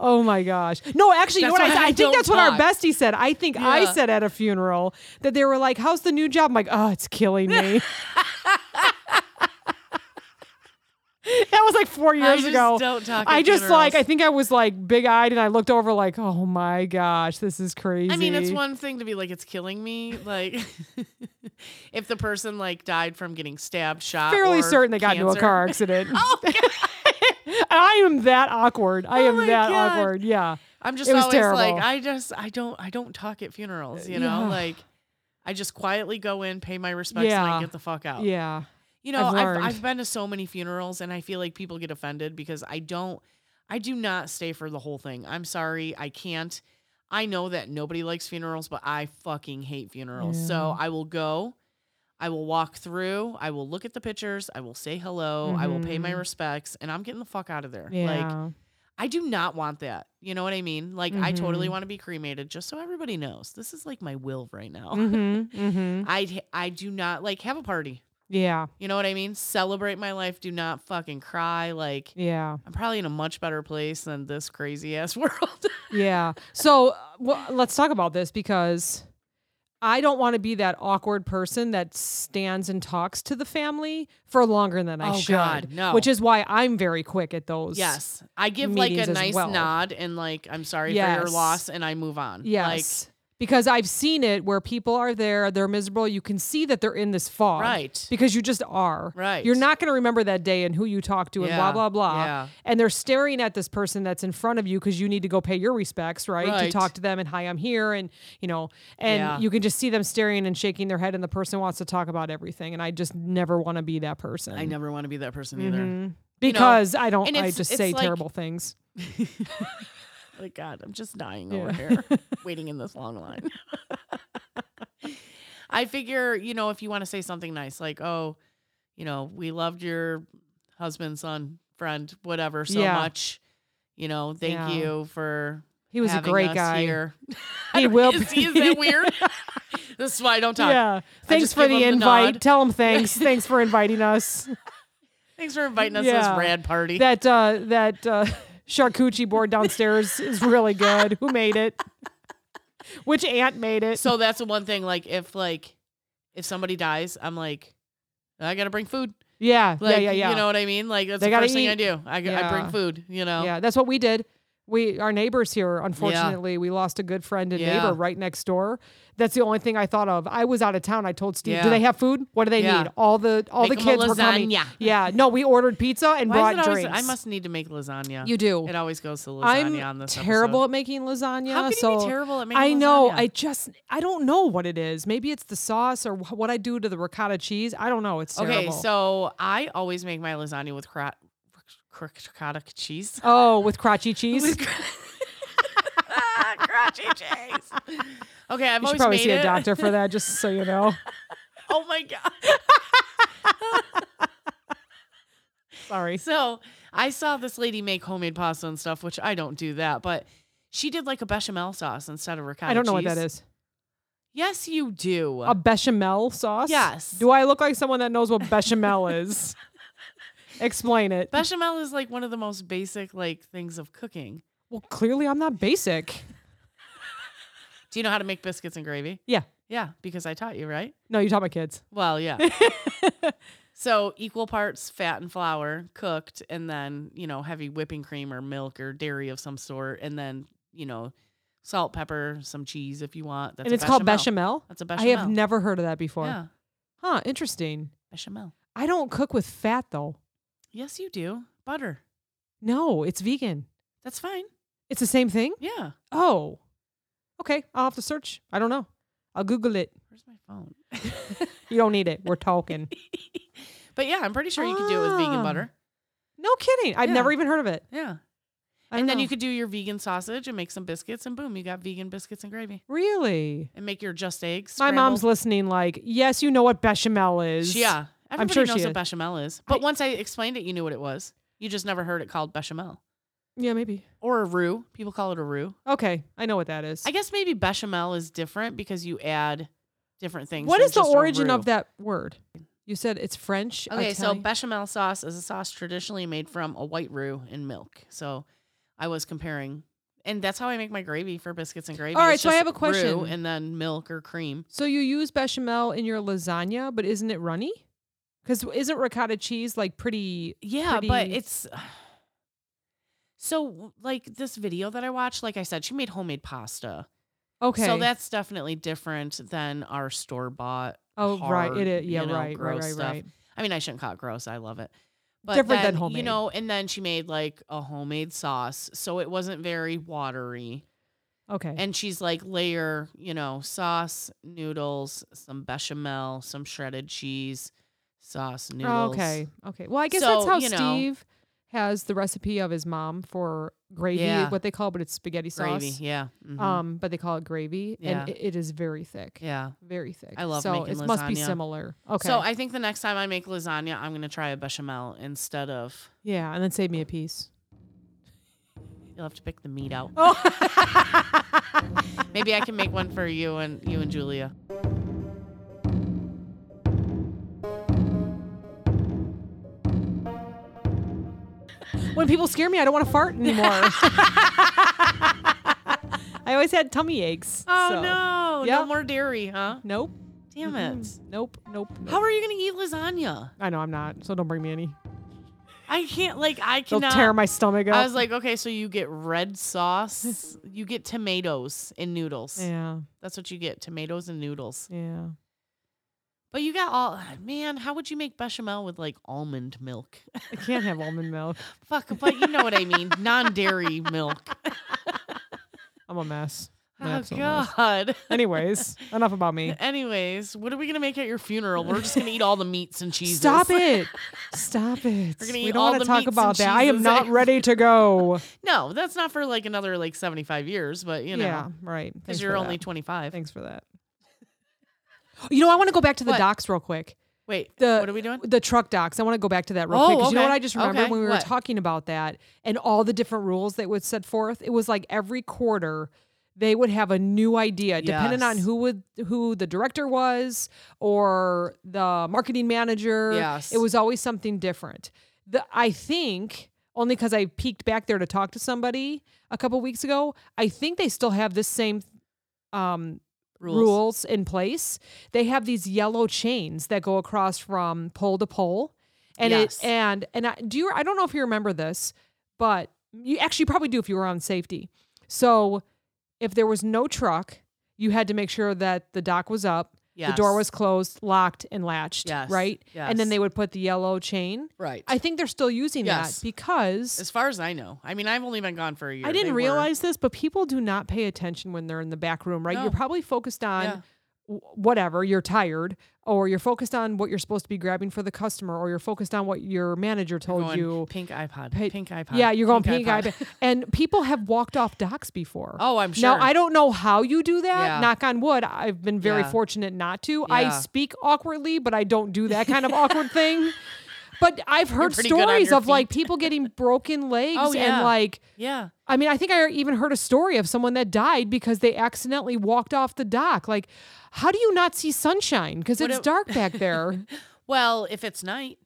Speaker 1: Oh my gosh. No, actually, you know what
Speaker 2: That's
Speaker 1: I,
Speaker 2: why
Speaker 1: said?
Speaker 2: I
Speaker 1: I think
Speaker 2: don't
Speaker 1: that's what our
Speaker 2: talk.
Speaker 1: bestie said. I think I
Speaker 2: Yeah.
Speaker 1: said at a funeral that they were like, How's the new job? I'm like, Oh, it's killing me. that was like four years
Speaker 2: just
Speaker 1: ago.
Speaker 2: don't talk
Speaker 1: I
Speaker 2: at
Speaker 1: just like, I
Speaker 2: funerals.
Speaker 1: think I was like big eyed and I looked over like, Oh my gosh, this is crazy.
Speaker 2: I mean, it's one thing to be like, "It's killing me." Like, if the person like died from getting stabbed, shot,
Speaker 1: fairly
Speaker 2: or
Speaker 1: certain they got into a
Speaker 2: cancer.
Speaker 1: car accident.
Speaker 2: Oh, God. Oh
Speaker 1: I am that awkward. I am
Speaker 2: my
Speaker 1: that
Speaker 2: God.
Speaker 1: awkward. Yeah.
Speaker 2: I'm just
Speaker 1: It was
Speaker 2: always
Speaker 1: terrible.
Speaker 2: like, I just I don't I don't talk at funerals, you know?
Speaker 1: yeah.
Speaker 2: Like I just quietly go in, pay my respects, and
Speaker 1: Yeah.
Speaker 2: I get the fuck out.
Speaker 1: Yeah.
Speaker 2: You know,
Speaker 1: I've
Speaker 2: I've,
Speaker 1: learned.
Speaker 2: I've, been to so many funerals and I feel like people get offended because I don't I do not stay for the whole thing. I'm sorry, I can't. I know that nobody likes funerals, but I fucking hate funerals. So I will go, I will walk through, I will look at the pictures, I will say hello, I will pay my
Speaker 1: Mhm.
Speaker 2: respects, and I'm getting the fuck out of there. Like
Speaker 1: Yeah.
Speaker 2: I do not want that. You know what I mean? Like, I totally
Speaker 1: Mhm.
Speaker 2: want to be cremated, just so everybody knows. This is like my will right now.
Speaker 1: mm-hmm, mm-hmm.
Speaker 2: I I do not like have a party.
Speaker 1: Yeah.
Speaker 2: You know what I mean? Celebrate my life. Do not fucking cry. Like,
Speaker 1: Yeah.
Speaker 2: I'm probably in a much better place than this crazy ass world.
Speaker 1: Yeah. So uh, wh- let's talk about this because I don't want to be that awkward person that stands and talks to the family for longer than I
Speaker 2: Oh,
Speaker 1: should.
Speaker 2: God, no.
Speaker 1: Which is why I'm very quick at those.
Speaker 2: yes, I give like
Speaker 1: Meetings
Speaker 2: a
Speaker 1: as
Speaker 2: nice
Speaker 1: well.
Speaker 2: nod and like I'm sorry for your
Speaker 1: Yes.
Speaker 2: loss, and I move on.
Speaker 1: Yes. because I've seen it where people are there, they're miserable. You can see that they're in this fog.
Speaker 2: Right.
Speaker 1: Because you just are.
Speaker 2: Right.
Speaker 1: You're not going to remember that day and who you talked to and blah,
Speaker 2: Yeah,
Speaker 1: blah, blah.
Speaker 2: yeah.
Speaker 1: And they're staring at this person that's in front of you because you need to go pay your respects, right? To
Speaker 2: Right.
Speaker 1: talk to them and hi, I'm here. And, you know, and
Speaker 2: Yeah.
Speaker 1: you can just see them staring and shaking their head and the person wants to talk about everything. And I just never want to be that person. Mm-hmm.
Speaker 2: Like, I never want to be that person either.
Speaker 1: Because I don't,
Speaker 2: and
Speaker 1: I
Speaker 2: it's-
Speaker 1: just
Speaker 2: it's
Speaker 1: say
Speaker 2: like-
Speaker 1: terrible things.
Speaker 2: Like God, I'm just dying
Speaker 1: Mm-hmm. Yeah.
Speaker 2: over here, waiting in this long line. I figure, you know, if you want to say something nice, like, oh, you know, we loved your husband, son, friend, whatever, so
Speaker 1: Yeah.
Speaker 2: much. You know, thank
Speaker 1: Yeah.
Speaker 2: you for.
Speaker 1: He was a
Speaker 2: having
Speaker 1: great
Speaker 2: us
Speaker 1: guy.
Speaker 2: Here.
Speaker 1: He will.
Speaker 2: Is,
Speaker 1: be-
Speaker 2: he- is that weird? this is why I don't talk.
Speaker 1: Yeah. Thanks
Speaker 2: just
Speaker 1: for
Speaker 2: give
Speaker 1: the
Speaker 2: him the
Speaker 1: invite.
Speaker 2: nod.
Speaker 1: Tell him thanks. thanks for inviting us.
Speaker 2: Thanks for inviting us to
Speaker 1: Yeah.
Speaker 2: this rad party.
Speaker 1: That uh, that uh, charcuterie board downstairs is really good. Who made it? Which aunt made it?
Speaker 2: so that's the one thing. Like if like if somebody dies, I'm like, I gotta bring food.
Speaker 1: yeah,
Speaker 2: Like,
Speaker 1: yeah, yeah, yeah.
Speaker 2: You know what I mean? Like that's
Speaker 1: They
Speaker 2: the
Speaker 1: gotta
Speaker 2: first thing I
Speaker 1: eat.
Speaker 2: do. I, I
Speaker 1: Yeah.
Speaker 2: bring food. You know.
Speaker 1: Yeah, that's what we did. We our neighbors here, unfortunately, we lost a good friend and
Speaker 2: Yeah.
Speaker 1: neighbor right next door. That's the only thing I thought of. I was out of town. I told Steve,
Speaker 2: Yeah.
Speaker 1: "Do they have food? What do they
Speaker 2: Yeah.
Speaker 1: need?" All the all
Speaker 2: Make
Speaker 1: the
Speaker 2: 'em a
Speaker 1: kids were coming.
Speaker 2: lasagna.
Speaker 1: Yeah, no, we ordered pizza and
Speaker 2: Why
Speaker 1: brought
Speaker 2: is it always?
Speaker 1: drinks.
Speaker 2: I must need to make lasagna.
Speaker 1: You do.
Speaker 2: It always goes to lasagna on
Speaker 1: I'm
Speaker 2: this.
Speaker 1: terrible
Speaker 2: episode.
Speaker 1: at making lasagna.
Speaker 2: How can
Speaker 1: so
Speaker 2: you be terrible at making
Speaker 1: I know.
Speaker 2: lasagna?
Speaker 1: I just I don't know what it is. Maybe it's the sauce or wh- what I do to the ricotta cheese. I don't know. It's terrible.
Speaker 2: Okay, so I always make my lasagna with crot, cr- cr- ricotta cheese.
Speaker 1: oh, with crotchy cheese.
Speaker 2: With cr- Ah, crotchy cheese. Okay, I've
Speaker 1: you should
Speaker 2: always
Speaker 1: probably
Speaker 2: made
Speaker 1: see
Speaker 2: it.
Speaker 1: a doctor for that, just so you know.
Speaker 2: Oh my god!
Speaker 1: Sorry.
Speaker 2: So I saw this lady make homemade pasta and stuff, which I don't do that, but she did like a bechamel sauce instead of ricotta.
Speaker 1: I don't know what that
Speaker 2: cheese.
Speaker 1: is.
Speaker 2: Yes, you do.
Speaker 1: A bechamel sauce?
Speaker 2: Yes.
Speaker 1: Do I look like someone that knows what bechamel is? Explain it.
Speaker 2: bechamel is like one of the most basic like things of cooking.
Speaker 1: well, clearly I'm not basic.
Speaker 2: Do you know how to make biscuits and gravy?
Speaker 1: Yeah.
Speaker 2: Yeah, because I taught you, right?
Speaker 1: No, you taught my kids.
Speaker 2: Well, yeah. so equal parts fat and flour cooked, and then, you know, heavy whipping cream or milk or dairy of some sort, and then, you know, salt, pepper, some cheese if you want. That's
Speaker 1: and
Speaker 2: a
Speaker 1: it's called bechamel.
Speaker 2: That's a
Speaker 1: I
Speaker 2: bechamel.
Speaker 1: have never heard of that before.
Speaker 2: Yeah,
Speaker 1: Huh, interesting.
Speaker 2: bechamel.
Speaker 1: I don't cook with fat though.
Speaker 2: Yes, you do. Butter.
Speaker 1: No, it's vegan.
Speaker 2: That's fine.
Speaker 1: It's the same thing?
Speaker 2: Yeah.
Speaker 1: Oh. Okay, I'll have to search. I don't know. I'll Google it.
Speaker 2: Where's my phone?
Speaker 1: You don't need it. We're talking.
Speaker 2: but yeah, I'm pretty sure you can do it with vegan
Speaker 1: Ah.
Speaker 2: butter.
Speaker 1: no kidding. I've
Speaker 2: Yeah.
Speaker 1: never even heard of it.
Speaker 2: Yeah.
Speaker 1: I
Speaker 2: And
Speaker 1: don't
Speaker 2: then
Speaker 1: know.
Speaker 2: you could do your vegan sausage and make some biscuits, and boom, you got vegan biscuits and gravy.
Speaker 1: Really?
Speaker 2: And make your just eggs.
Speaker 1: My mom's listening, like, yes, you know what bechamel is.
Speaker 2: She- Yeah. Everybody
Speaker 1: sure
Speaker 2: knows
Speaker 1: she
Speaker 2: what
Speaker 1: is.
Speaker 2: bechamel is. But
Speaker 1: I-
Speaker 2: once I explained it, you knew what it was. You just never heard it called bechamel
Speaker 1: Yeah, maybe.
Speaker 2: or a roux. People call it a roux.
Speaker 1: Okay, I know what that is.
Speaker 2: I guess maybe bechamel is different because you add different things.
Speaker 1: what
Speaker 2: than
Speaker 1: is the
Speaker 2: just a
Speaker 1: origin of
Speaker 2: roux.
Speaker 1: that Oh, word? You said it's French.
Speaker 2: Okay, so
Speaker 1: Italian-
Speaker 2: bechamel sauce is a sauce traditionally made from a white roux and milk. So I was comparing, and that's how I make my gravy for biscuits and gravy.
Speaker 1: All right,
Speaker 2: It's
Speaker 1: so I
Speaker 2: just
Speaker 1: have a question.
Speaker 2: roux and then milk or cream.
Speaker 1: so you use bechamel in your lasagna, but isn't it runny? Because isn't ricotta cheese like pretty?
Speaker 2: Yeah, but
Speaker 1: pretty-
Speaker 2: it's so like this video that I watched. Like I said, she made homemade pasta,
Speaker 1: Okay,
Speaker 2: so that's definitely different than our store bought.
Speaker 1: oh right, it is.
Speaker 2: you
Speaker 1: Yeah,
Speaker 2: know,
Speaker 1: right, right,
Speaker 2: gross
Speaker 1: right,
Speaker 2: stuff.
Speaker 1: right.
Speaker 2: I mean, I shouldn't call it gross. I love it. But
Speaker 1: Different than
Speaker 2: then, You
Speaker 1: homemade.
Speaker 2: know, and then she made like a homemade sauce, so it wasn't very watery.
Speaker 1: Okay,
Speaker 2: And she's like layer, you know, sauce, noodles, some bechamel, some shredded cheese, sauce,
Speaker 1: Oh,
Speaker 2: noodles.
Speaker 1: okay, okay. Well, I guess that's
Speaker 2: So,
Speaker 1: how
Speaker 2: you know.
Speaker 1: Steve has the recipe of his mom for gravy,
Speaker 2: Yeah.
Speaker 1: what they call, it, but it's spaghetti sauce.
Speaker 2: Gravy, yeah. mhm,
Speaker 1: Um, but they call it gravy,
Speaker 2: Yeah.
Speaker 1: and it, it is very thick.
Speaker 2: yeah.
Speaker 1: very thick.
Speaker 2: I love
Speaker 1: so
Speaker 2: making
Speaker 1: it must be
Speaker 2: lasagna.
Speaker 1: similar. Okay.
Speaker 2: So I think the next time I make lasagna, I'm gonna try a bechamel instead of
Speaker 1: yeah, and then save me a piece.
Speaker 2: you'll have to pick the meat out.
Speaker 1: Oh.
Speaker 2: Maybe I can make one for you and you and Julia.
Speaker 1: When people scare me, I don't want to fart anymore. I always had tummy aches.
Speaker 2: Oh
Speaker 1: so-
Speaker 2: no, no
Speaker 1: Yeah.
Speaker 2: more dairy, huh?
Speaker 1: Nope.
Speaker 2: Damn it.
Speaker 1: Nope. Nope. nope.
Speaker 2: How are you gonna eat lasagna?
Speaker 1: I know I'm not, so don't bring me any.
Speaker 2: I can't like I
Speaker 1: They'll
Speaker 2: cannot
Speaker 1: tear my stomach up.
Speaker 2: I was like, okay, so you get red sauce, you get tomatoes and noodles.
Speaker 1: yeah,
Speaker 2: That's what you get, tomatoes and noodles.
Speaker 1: yeah.
Speaker 2: But you got all man, how would you make bechamel with like almond milk?
Speaker 1: I can't have almond milk.
Speaker 2: Fuck, but you know what I mean. Non-dairy milk.
Speaker 1: I'm a mess. An
Speaker 2: Oh
Speaker 1: absolute mess.
Speaker 2: god.
Speaker 1: Anyways, enough about me.
Speaker 2: Anyways, what are we gonna make at your funeral? We're just gonna eat all the meats and cheeses.
Speaker 1: Stop it. Stop it.
Speaker 2: We're gonna
Speaker 1: we
Speaker 2: eat
Speaker 1: don't
Speaker 2: all
Speaker 1: wanna
Speaker 2: the meats
Speaker 1: talk
Speaker 2: and
Speaker 1: about that. I am
Speaker 2: cheeses.
Speaker 1: not ready to go.
Speaker 2: No, that's not for like another like seventy-five years, but you know.
Speaker 1: yeah, right. Thanks
Speaker 2: Because
Speaker 1: for
Speaker 2: you're only
Speaker 1: that.
Speaker 2: 25.
Speaker 1: Thanks for that. You know, I want to go back to the
Speaker 2: What?
Speaker 1: docks real quick.
Speaker 2: Wait,
Speaker 1: The-
Speaker 2: what are we doing?
Speaker 1: The truck docks. I want to go back to that real
Speaker 2: Oh,
Speaker 1: quick. 'cause You know
Speaker 2: okay.
Speaker 1: what I just remembered
Speaker 2: Okay.
Speaker 1: when we were
Speaker 2: What?
Speaker 1: talking about that and all the different rules they would set forth. It was like every quarter they would have a new idea depending on
Speaker 2: Yes.
Speaker 1: who would who the director was or the marketing manager.
Speaker 2: Yes.
Speaker 1: It was always something different. the I think only because I peeked back there to talk to somebody a couple weeks ago. I think they still have this same um, rules. in place. They have these yellow chains that go across from pole to pole, and
Speaker 2: Yes.
Speaker 1: it and and I, do you? I don't know if you remember this, but you actually probably do if you were on safety. So if there was no truck, you had to make sure that the dock was up. The door
Speaker 2: Yes.
Speaker 1: was closed, locked, and latched.
Speaker 2: Yes.
Speaker 1: Right. And then
Speaker 2: Yes.
Speaker 1: they would put the yellow chain.
Speaker 2: right.
Speaker 1: I think they're still using
Speaker 2: Yes.
Speaker 1: that because
Speaker 2: as far as I know, I mean, I've only been gone for a year.
Speaker 1: I
Speaker 2: They
Speaker 1: didn't
Speaker 2: were-
Speaker 1: realize this, but people do not pay attention when they're in the back room, right?
Speaker 2: No.
Speaker 1: You're probably focused on
Speaker 2: Yeah.
Speaker 1: w- whatever, you're tired, or you're focused on what you're supposed to be grabbing for the customer, or you're focused on what your manager told
Speaker 2: going,
Speaker 1: you.
Speaker 2: pink iPod,
Speaker 1: Pay-
Speaker 2: pink iPod.
Speaker 1: Yeah, you're going pink eye. And people have walked off docks before.
Speaker 2: Oh, I'm sure.
Speaker 1: Now I don't know how you do that.
Speaker 2: Yeah.
Speaker 1: Knock on wood. I've been very
Speaker 2: Yeah.
Speaker 1: fortunate not to. I
Speaker 2: Yeah.
Speaker 1: speak awkwardly, but I don't do that kind of awkward thing. But I've heard
Speaker 2: pretty good on
Speaker 1: stories
Speaker 2: your
Speaker 1: of like people getting broken legs
Speaker 2: Oh,
Speaker 1: and
Speaker 2: yeah.
Speaker 1: like
Speaker 2: yeah.
Speaker 1: I mean, I think I even heard a story of someone that died because they accidentally walked off the dock. Like, how do you not see sunshine? Because
Speaker 2: What
Speaker 1: it's
Speaker 2: a-
Speaker 1: dark back there.
Speaker 2: Well, if it's night,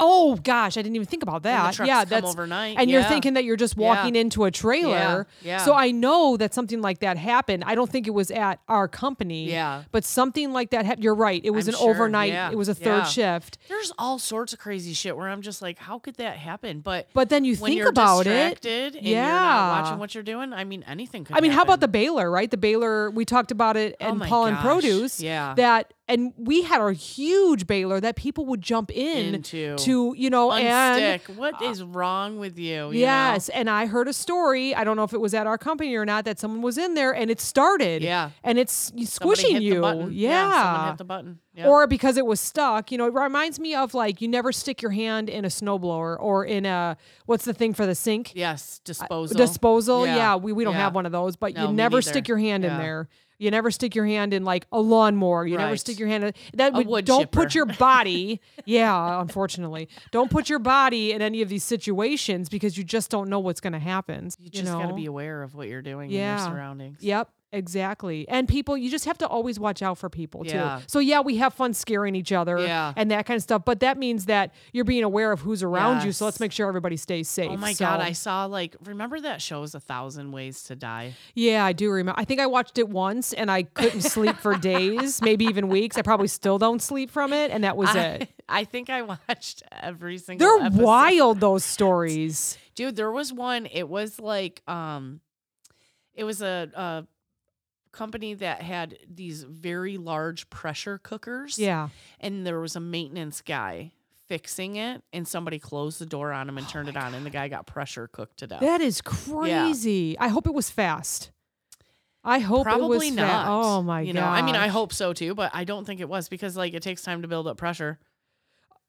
Speaker 1: oh gosh, I didn't even think about
Speaker 2: when
Speaker 1: that.
Speaker 2: the trucks
Speaker 1: yeah,
Speaker 2: come
Speaker 1: that's
Speaker 2: overnight,
Speaker 1: and
Speaker 2: yeah.
Speaker 1: you're thinking that you're just
Speaker 2: Yeah.
Speaker 1: walking into a trailer.
Speaker 2: Yeah.
Speaker 1: So
Speaker 2: Yeah.
Speaker 1: I know that something like that happened. I don't think it was at our company.
Speaker 2: Yeah.
Speaker 1: But something like that happened. You're right. It was
Speaker 2: I'm
Speaker 1: an
Speaker 2: sure,
Speaker 1: overnight.
Speaker 2: yeah,
Speaker 1: It was a third
Speaker 2: yeah.
Speaker 1: shift.
Speaker 2: there's all sorts of crazy shit where I'm just like, how could that happen? But
Speaker 1: But then you
Speaker 2: when
Speaker 1: think
Speaker 2: you're
Speaker 1: about it.
Speaker 2: distracted and you're not
Speaker 1: Yeah.
Speaker 2: watching what you're doing, I mean, anything could.
Speaker 1: I mean, how about
Speaker 2: happen.
Speaker 1: the Baylor, right? The Baylor, we talked about it
Speaker 2: Oh
Speaker 1: and
Speaker 2: my
Speaker 1: Paul and
Speaker 2: gosh,
Speaker 1: Produce.
Speaker 2: yeah.
Speaker 1: That, and we had a huge Baylor that people would jump in
Speaker 2: Into.
Speaker 1: to, you know, and. uh,
Speaker 2: unstick? What is wrong with you? you
Speaker 1: Yes, and I heard a story. I don't know if it was at our company or not that someone was in there and it started.
Speaker 2: Yeah.
Speaker 1: and it's
Speaker 2: Somebody
Speaker 1: squishing
Speaker 2: hit the
Speaker 1: you.
Speaker 2: button.
Speaker 1: Yeah,
Speaker 2: someone hit the button. Yeah.
Speaker 1: or because it was stuck. You know, it reminds me of like you never stick your hand in a snowblower or in a what's the thing for the sink
Speaker 2: yes, disposal.
Speaker 1: disposal. Yeah,
Speaker 2: Yeah.
Speaker 1: we, we don't
Speaker 2: Yeah.
Speaker 1: have one of those, but
Speaker 2: No,
Speaker 1: you
Speaker 2: me
Speaker 1: never
Speaker 2: neither.
Speaker 1: stick your hand in
Speaker 2: Yeah.
Speaker 1: there. You never stick your hand in like a lawnmower. You never
Speaker 2: Right.
Speaker 1: stick your hand in that. would-
Speaker 2: wood
Speaker 1: don't put
Speaker 2: chipper.
Speaker 1: your body. yeah, unfortunately, don't put your body in any of these situations because you just don't know what's going to happen.
Speaker 2: you just
Speaker 1: know?
Speaker 2: got to be aware of what you're doing and
Speaker 1: Yeah.
Speaker 2: your surroundings.
Speaker 1: Yep, exactly. And people, you just have to always watch out for people
Speaker 2: Yeah.
Speaker 1: too. So yeah, we have fun scaring each other
Speaker 2: Yeah.
Speaker 1: and that kind of stuff, but that means that you're being aware of who's around you. So let's
Speaker 2: Yes.
Speaker 1: make sure everybody stays safe.
Speaker 2: Oh my
Speaker 1: So-
Speaker 2: god, I saw like remember that show was a thousand ways to die.
Speaker 1: Yeah, I do remember. I think I watched it once and I couldn't sleep for days, maybe even weeks. I probably still don't sleep from it, and that was
Speaker 2: I,
Speaker 1: it.
Speaker 2: I think I watched every single
Speaker 1: They're
Speaker 2: episode.
Speaker 1: wild those stories.
Speaker 2: Dude, there was one, it was like um it was a uh company that had these very large pressure cookers.
Speaker 1: Yeah.
Speaker 2: And there was a maintenance guy fixing it and somebody closed the door on him and turned it on and the guy got pressure cooked to death.
Speaker 1: Oh That is crazy. I hope it was fast. I hope it was
Speaker 2: Probably
Speaker 1: fa-
Speaker 2: not.
Speaker 1: Oh my god.
Speaker 2: You know, I mean, I hope so too, but I don't think it was because like it takes time to build up pressure.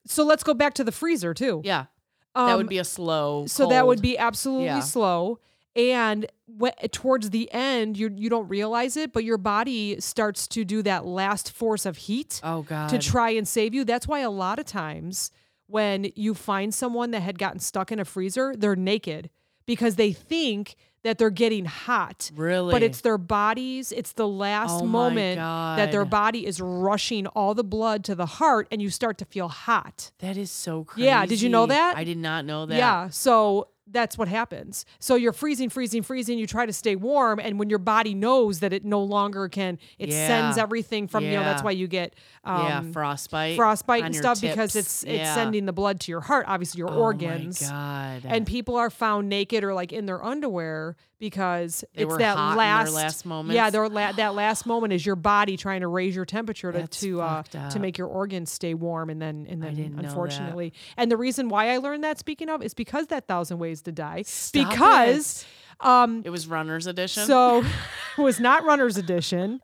Speaker 1: So let's go back to the freezer too.
Speaker 2: Yeah.
Speaker 1: Um,
Speaker 2: that would be a slow.
Speaker 1: so that would
Speaker 2: cold.
Speaker 1: be absolutely
Speaker 2: Yeah.
Speaker 1: slow. And wh- towards the end, you you don't realize it, but your body starts to do that last force of heat.
Speaker 2: Oh god.
Speaker 1: to try and save you. That's why a lot of times when you find someone that had gotten stuck in a freezer, they're naked because they think that they're getting hot.
Speaker 2: really.
Speaker 1: But it's their bodies, it's the last
Speaker 2: Oh my
Speaker 1: moment that their
Speaker 2: God.
Speaker 1: body is rushing all the blood to the heart and you start to feel hot.
Speaker 2: that is so crazy.
Speaker 1: Yeah, did you know that?
Speaker 2: I did not know that.
Speaker 1: Yeah. So that's what happens. So you're freezing, freezing, freezing. You try to stay warm. And when your body knows that it no longer can, it
Speaker 2: Yeah.
Speaker 1: sends everything from, you know, that's
Speaker 2: Yeah.
Speaker 1: why you get um,
Speaker 2: yeah, frostbite.
Speaker 1: frostbite
Speaker 2: on
Speaker 1: and
Speaker 2: your
Speaker 1: stuff because
Speaker 2: tips.
Speaker 1: it's it's
Speaker 2: Yeah.
Speaker 1: sending the blood to your heart, obviously your
Speaker 2: Oh my
Speaker 1: organs.
Speaker 2: God.
Speaker 1: And people are found naked or like in their underwear because
Speaker 2: They
Speaker 1: it's
Speaker 2: were
Speaker 1: that
Speaker 2: hot in their
Speaker 1: last,
Speaker 2: last
Speaker 1: Yeah,
Speaker 2: moments.
Speaker 1: their la- that last moment is your body trying to raise your temperature to
Speaker 2: That's
Speaker 1: to, uh,
Speaker 2: fucked
Speaker 1: to
Speaker 2: up.
Speaker 1: make your organs stay warm, and then and then
Speaker 2: didn't know that.
Speaker 1: unfortunately. And the reason why I learned that, speaking of, is because that thousand ways to die.
Speaker 2: Stop
Speaker 1: because um,
Speaker 2: it was runner's edition.
Speaker 1: so it was not runner's edition.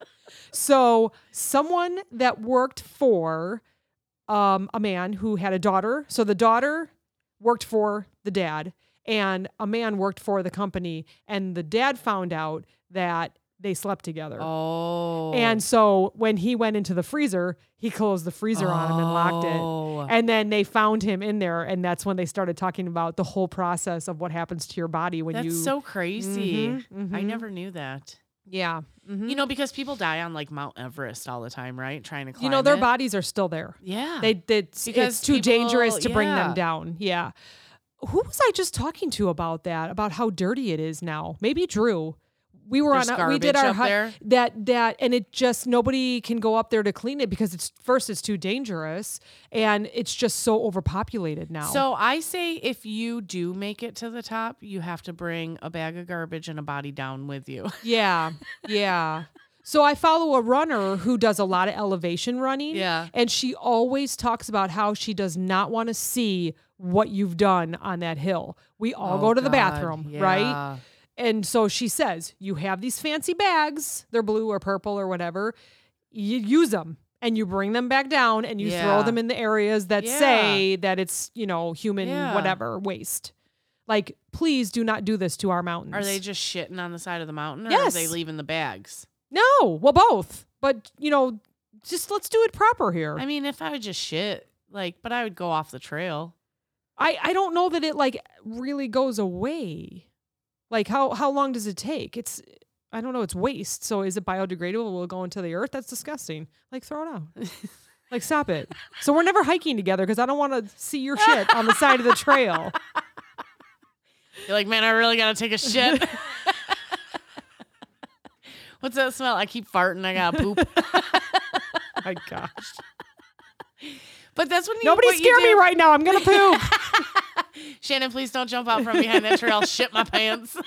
Speaker 1: So someone that worked for um, a man who had a daughter. So the daughter worked for the dad, and a man worked for the company. And the dad found out that they slept together.
Speaker 2: oh.
Speaker 1: And so when he went into the freezer, he closed the freezer on him and locked it.
Speaker 2: Oh.
Speaker 1: And then they found him in there, and that's when they started talking about the whole process of what happens to your body when
Speaker 2: That's
Speaker 1: you
Speaker 2: so crazy.
Speaker 1: Mhm,
Speaker 2: I
Speaker 1: mhm.
Speaker 2: never knew that.
Speaker 1: Yeah. Mhm.
Speaker 2: You know, because people die on like Mount Everest all the time, right? Trying to climb.
Speaker 1: You know, their
Speaker 2: it.
Speaker 1: bodies are still there.
Speaker 2: Yeah.
Speaker 1: They did it's,
Speaker 2: Because
Speaker 1: it's too dangerous to
Speaker 2: people-
Speaker 1: bring
Speaker 2: yeah.
Speaker 1: them down. Yeah. Who was I just talking to about that? About how dirty it is now? Maybe Drew. We were
Speaker 2: There's
Speaker 1: on. A, we did
Speaker 2: garbage
Speaker 1: our
Speaker 2: up
Speaker 1: hi-
Speaker 2: there.
Speaker 1: that that, and it just nobody can go up there to clean it because it's first it's too dangerous, and it's just so overpopulated now.
Speaker 2: So I say if you do make it to the top, you have to bring a bag of garbage and a body down with you.
Speaker 1: Yeah. Yeah. So I follow a runner who does a lot of elevation running.
Speaker 2: Yeah.
Speaker 1: And she always talks about how she does not want to see what you've done on that hill. We
Speaker 2: Oh,
Speaker 1: all go to the bathroom, right? And so she says, You have these fancy bags, they're blue or purple or whatever. You use them and you bring them back down and you
Speaker 2: Yeah.
Speaker 1: throw them in the areas that
Speaker 2: Yeah.
Speaker 1: say that it's, you know, human
Speaker 2: Yeah.
Speaker 1: whatever waste. Like, please do not do this to our mountains.
Speaker 2: Are they just shitting on the side of the mountain or are they
Speaker 1: Yes.
Speaker 2: leaving the bags?
Speaker 1: No, well, both. But you know, just let's do it proper here.
Speaker 2: I mean, if I would just shit, like, but I would go off the trail.
Speaker 1: I I don't know that it like really goes away. Like how how long does it take? It's I don't know. It's waste. So is it biodegradable? Will it go into the earth? That's disgusting. Like throw it out. like stop it. So we're never hiking together because I don't want to see your shit on the side of the trail.
Speaker 2: You're like, man, I really gotta take a shit. What's that smell? I keep farting. I gotta poop.
Speaker 1: My gosh,
Speaker 2: But that's when you,
Speaker 1: nobody
Speaker 2: what you
Speaker 1: scare me
Speaker 2: do.
Speaker 1: right now. I'm gonna poop.
Speaker 2: Shannon, please don't jump out from behind that tree. I'll shit my pants.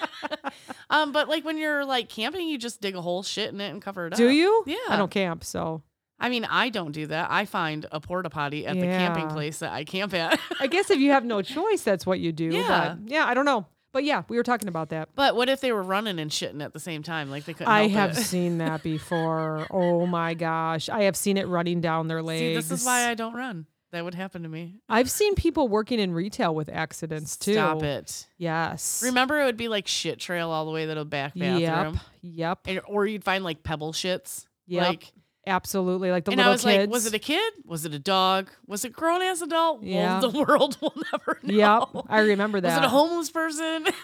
Speaker 2: um, but like when you're like camping, you just dig a hole, shit in it, and cover it up.
Speaker 1: do you?
Speaker 2: Yeah.
Speaker 1: I don't camp, so
Speaker 2: I mean, I don't do that. I find a porta potty at the camping
Speaker 1: Yeah.
Speaker 2: place that I camp at.
Speaker 1: I guess if you have no choice, that's what you do.
Speaker 2: Yeah.
Speaker 1: But yeah, I don't know. But yeah, we were talking about that.
Speaker 2: but what if they were running and shitting at the same time? Like they couldn't.
Speaker 1: I
Speaker 2: help
Speaker 1: have
Speaker 2: it.
Speaker 1: seen that before. oh my gosh. I have seen it running down their legs.
Speaker 2: See, this is why I don't run. That would happen to me.
Speaker 1: have seen people working in retail with accidents too.
Speaker 2: Stop it.
Speaker 1: Yes.
Speaker 2: Remember, it would be like shit trail all the way to the back bathroom,
Speaker 1: Yep. Yep.
Speaker 2: and, or you'd find like pebble shits.
Speaker 1: Yep.
Speaker 2: Like,
Speaker 1: Absolutely. Like the
Speaker 2: and
Speaker 1: little
Speaker 2: I was
Speaker 1: kids.
Speaker 2: like, was it a kid? Was it a dog? Was it grown ass adult?
Speaker 1: Yeah.
Speaker 2: Well, the world will never know.
Speaker 1: Yep, I remember
Speaker 2: Was
Speaker 1: that.
Speaker 2: it a homeless person?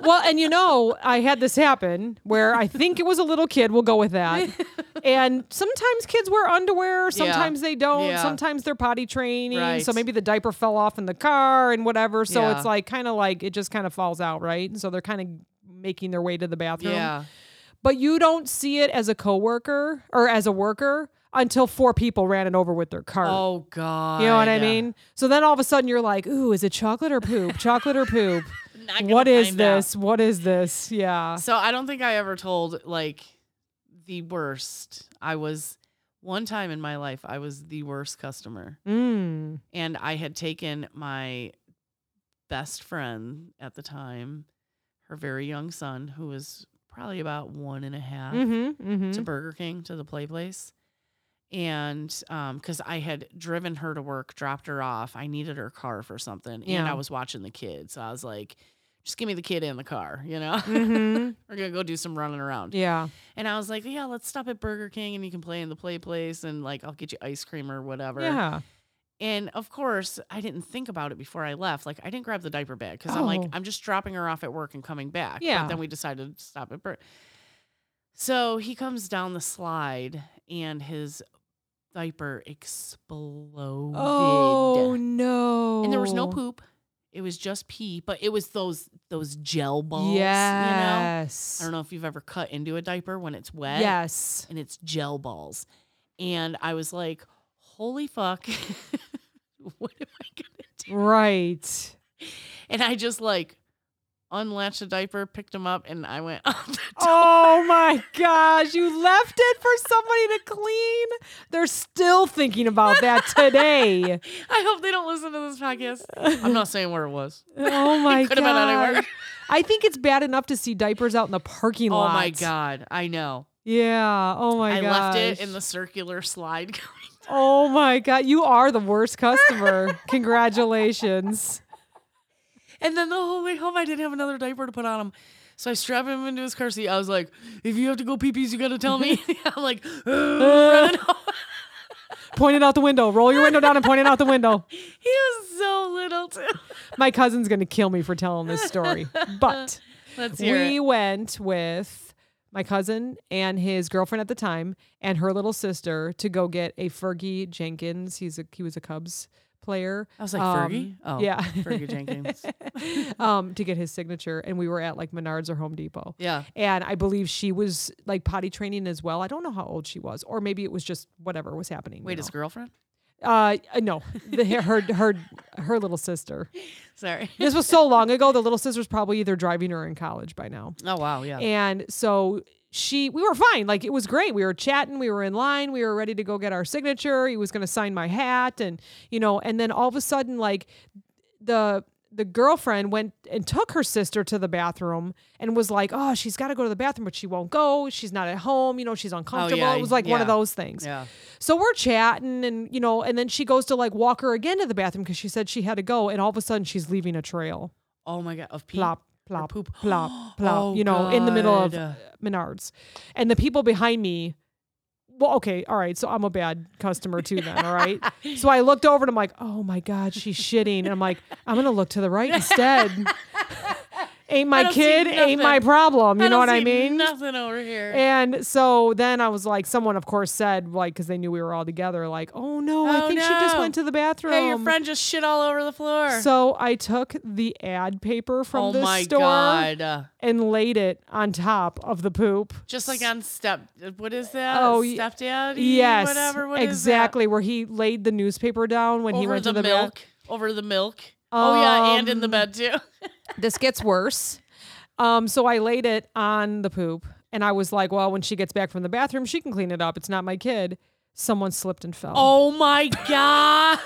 Speaker 1: Well, and you know, I had this happen where I think it was a little kid. We'll go with that. And sometimes kids wear underwear, sometimes they don't.
Speaker 2: Yeah.
Speaker 1: Sometimes they're potty training. So
Speaker 2: Right.
Speaker 1: maybe the diaper fell off in the car and whatever. So
Speaker 2: Yeah.
Speaker 1: it's like kind of like it just kind of falls out, right? And so they're kind of making their way to the bathroom.
Speaker 2: yeah.
Speaker 1: But you don't see it as a coworker or as a worker until four people ran it over with their cart.
Speaker 2: Oh God.
Speaker 1: You know what I mean? So then all of a sudden you're like, ooh, is it chocolate or poop? Chocolate or poop?
Speaker 2: Not gonna
Speaker 1: what is
Speaker 2: find out.
Speaker 1: this? What is this? Yeah.
Speaker 2: So I don't think I ever told like the worst. I was one time in my life I was the worst customer,
Speaker 1: Mm.
Speaker 2: and I had taken my best friend at the time, her very young son, who was probably about one and a half,
Speaker 1: Mm-hmm.
Speaker 2: to
Speaker 1: Mm-hmm.
Speaker 2: Burger King to the play place. And because I had driven her to work, dropped her off, I needed her car for something, and
Speaker 1: Yeah.
Speaker 2: I was watching the kid, so I was like, "Just give me the kid in the car," you know.
Speaker 1: mm-hmm.
Speaker 2: We're gonna go do some running around.
Speaker 1: Yeah.
Speaker 2: And I was like, yeah, let's stop at Burger King and you can play in the play place and like I'll get you ice cream or whatever.
Speaker 1: Yeah.
Speaker 2: And of course, I didn't think about it before I left. Like I didn't grab the diaper bag because I'm like,
Speaker 1: Oh.
Speaker 2: I'm just dropping her off at work and coming back. But
Speaker 1: Yeah.
Speaker 2: then we decided to stop at Burger. So he comes down the slide and his diaper exploded.
Speaker 1: Oh no.
Speaker 2: And there was no poop. It was just pee, but it was those those gel balls. You know?
Speaker 1: Yes.
Speaker 2: I don't know if you've ever cut into a diaper when it's wet
Speaker 1: Yes.
Speaker 2: and it's gel balls. And I was like, holy fuck, what am I gonna do?
Speaker 1: Right.
Speaker 2: And I just like unlatched the diaper, picked him up, and I went up the door.
Speaker 1: Oh my gosh. You left it for somebody to clean. They're still thinking about that today.
Speaker 2: I hope they don't listen to this podcast. I'm not saying where it was.
Speaker 1: Oh my
Speaker 2: Could have been anywhere.
Speaker 1: god. I think it's bad enough to see diapers out in the parking
Speaker 2: Oh
Speaker 1: lot.
Speaker 2: my god, I know.
Speaker 1: Yeah. Oh my
Speaker 2: I
Speaker 1: god.
Speaker 2: left it in the circular slide. going.
Speaker 1: Oh my god. You are the worst customer. Congratulations.
Speaker 2: and then the whole way home, I didn't have another diaper to put on him. So I strapped him into his car seat. I was like, if you have to go pee pees, you got to tell me. I'm like, running home.
Speaker 1: Point it out the window. Roll your window down and point it out the window.
Speaker 2: He was so little too.
Speaker 1: My cousin's gonna kill me for telling this story. But
Speaker 2: Let's hear
Speaker 1: we went with my cousin and his girlfriend at the time and her little sister to go get a Fergie Jenkins. He's a he was a Cubs player.
Speaker 2: I was like,
Speaker 1: Um,
Speaker 2: Fergie? Oh,
Speaker 1: yeah.
Speaker 2: Fergie Jenkins.
Speaker 1: um, to get his signature, and we were at like Menards or Home Depot.
Speaker 2: Yeah.
Speaker 1: And I believe she was like potty training as well. I don't know how old she was, or maybe it was just whatever was happening. you
Speaker 2: Wait, his
Speaker 1: know.
Speaker 2: girlfriend?
Speaker 1: Uh, no, the, her her her little sister.
Speaker 2: Sorry.
Speaker 1: This was so long ago. The little sister's probably either driving or in college by now.
Speaker 2: Oh, wow. Yeah.
Speaker 1: And so she, we were fine. Like it was great. We were chatting. We were in line. We were ready to go get our signature. He was going to sign my hat, and you know, and then all of a sudden, like the the girlfriend went and took her sister to the bathroom and was like, "Oh, she's got to go to the bathroom, but she won't go. She's not at home. You know, she's uncomfortable."
Speaker 2: Oh, yeah,
Speaker 1: It was like one of
Speaker 2: yeah.
Speaker 1: those things.
Speaker 2: yeah.
Speaker 1: So we're chatting, and you know, and then she goes to like walk her again to the bathroom because she said she had to go, and all of a sudden she's leaving a trail
Speaker 2: Oh, my God. Of pee?
Speaker 1: plop,
Speaker 2: or
Speaker 1: plop,
Speaker 2: poop.
Speaker 1: plop, plop,
Speaker 2: Oh,
Speaker 1: you know, in the middle of
Speaker 2: God.
Speaker 1: uh, Menards. And the people behind me, well, okay, all right, so I'm a bad customer too, then, all right? so I looked over and I'm like, oh my God, she's shitting. And I'm like, I'm going to look to the right instead. ain't my
Speaker 2: don't see
Speaker 1: kid, ain't my
Speaker 2: nothing.
Speaker 1: problem. You know
Speaker 2: don't
Speaker 1: what I
Speaker 2: see
Speaker 1: mean?
Speaker 2: Nothing over here.
Speaker 1: And so then I was like, someone, of course, said, like, because they knew we were all together, like, oh no, I
Speaker 2: Oh,
Speaker 1: think she just
Speaker 2: no.
Speaker 1: went to the bathroom.
Speaker 2: hey, your friend just shit all over the floor.
Speaker 1: So I took the ad paper from
Speaker 2: oh,
Speaker 1: the
Speaker 2: my
Speaker 1: store
Speaker 2: God. Uh,
Speaker 1: and laid it on top of the poop.
Speaker 2: Just like on step, what is that?
Speaker 1: Oh,
Speaker 2: Oh,
Speaker 1: y-
Speaker 2: stepdad.
Speaker 1: Yes,
Speaker 2: whatever. What is that?
Speaker 1: exactly. Where he laid the newspaper down when he
Speaker 2: Over
Speaker 1: went
Speaker 2: the,
Speaker 1: to the bath-
Speaker 2: milk. Over the milk. oh yeah, and in the
Speaker 1: Um,
Speaker 2: bed too.
Speaker 1: This gets worse. Um, so I laid it on the poop, and I was like, "Well, when she gets back from the bathroom, she can clean it up. It's not my kid." Someone slipped and fell.
Speaker 2: Oh my god.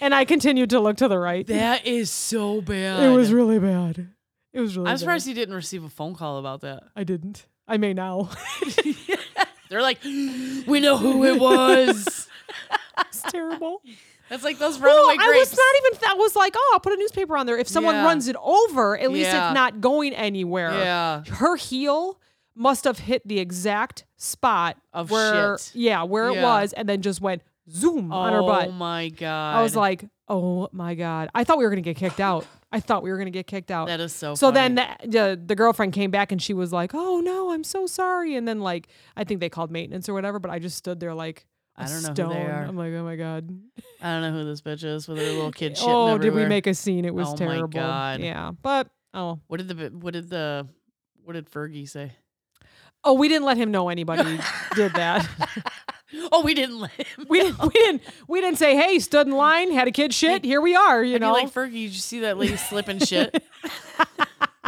Speaker 1: And I continued to look to the right.
Speaker 2: That is so bad.
Speaker 1: It was really bad. It was really.
Speaker 2: I'm
Speaker 1: bad.
Speaker 2: surprised you didn't receive a phone call about that.
Speaker 1: I didn't. I may now.
Speaker 2: They're like, we know who it was.
Speaker 1: it's terrible.
Speaker 2: That's like those
Speaker 1: Well,
Speaker 2: runaway
Speaker 1: I was
Speaker 2: grapes.
Speaker 1: not even. I was like, "Oh, I'll put a newspaper on there. If someone
Speaker 2: Yeah.
Speaker 1: runs it over, at least
Speaker 2: Yeah.
Speaker 1: it's not going anywhere."
Speaker 2: yeah.
Speaker 1: her heel must have hit the exact spot
Speaker 2: Of
Speaker 1: where
Speaker 2: shit.
Speaker 1: yeah where it
Speaker 2: Yeah.
Speaker 1: was and then just went zoom on her
Speaker 2: Oh
Speaker 1: butt
Speaker 2: my god.
Speaker 1: i was like oh my god i thought we were gonna get kicked out i thought we were gonna get kicked out
Speaker 2: that is so.
Speaker 1: so then
Speaker 2: funny.
Speaker 1: the, the the girlfriend came back and she was like oh no i'm so sorry and then like i think they called maintenance or whatever but i just stood there like I
Speaker 2: I don't know who they
Speaker 1: stone.
Speaker 2: are.
Speaker 1: i'm like oh my god
Speaker 2: I don't know who this bitch is with her little kid shit.
Speaker 1: oh did we make a scene it was
Speaker 2: Oh my
Speaker 1: terrible
Speaker 2: God.
Speaker 1: yeah but oh
Speaker 2: What did the bi- what did the what did Fergie say?
Speaker 1: oh we didn't let him know anybody did that
Speaker 2: Oh, we didn't let him.
Speaker 1: we didn't we didn't we didn't say hey stood in line had a kid shit here we are you
Speaker 2: I'd be
Speaker 1: know
Speaker 2: like Fergie, did you see that lady slipping shit? did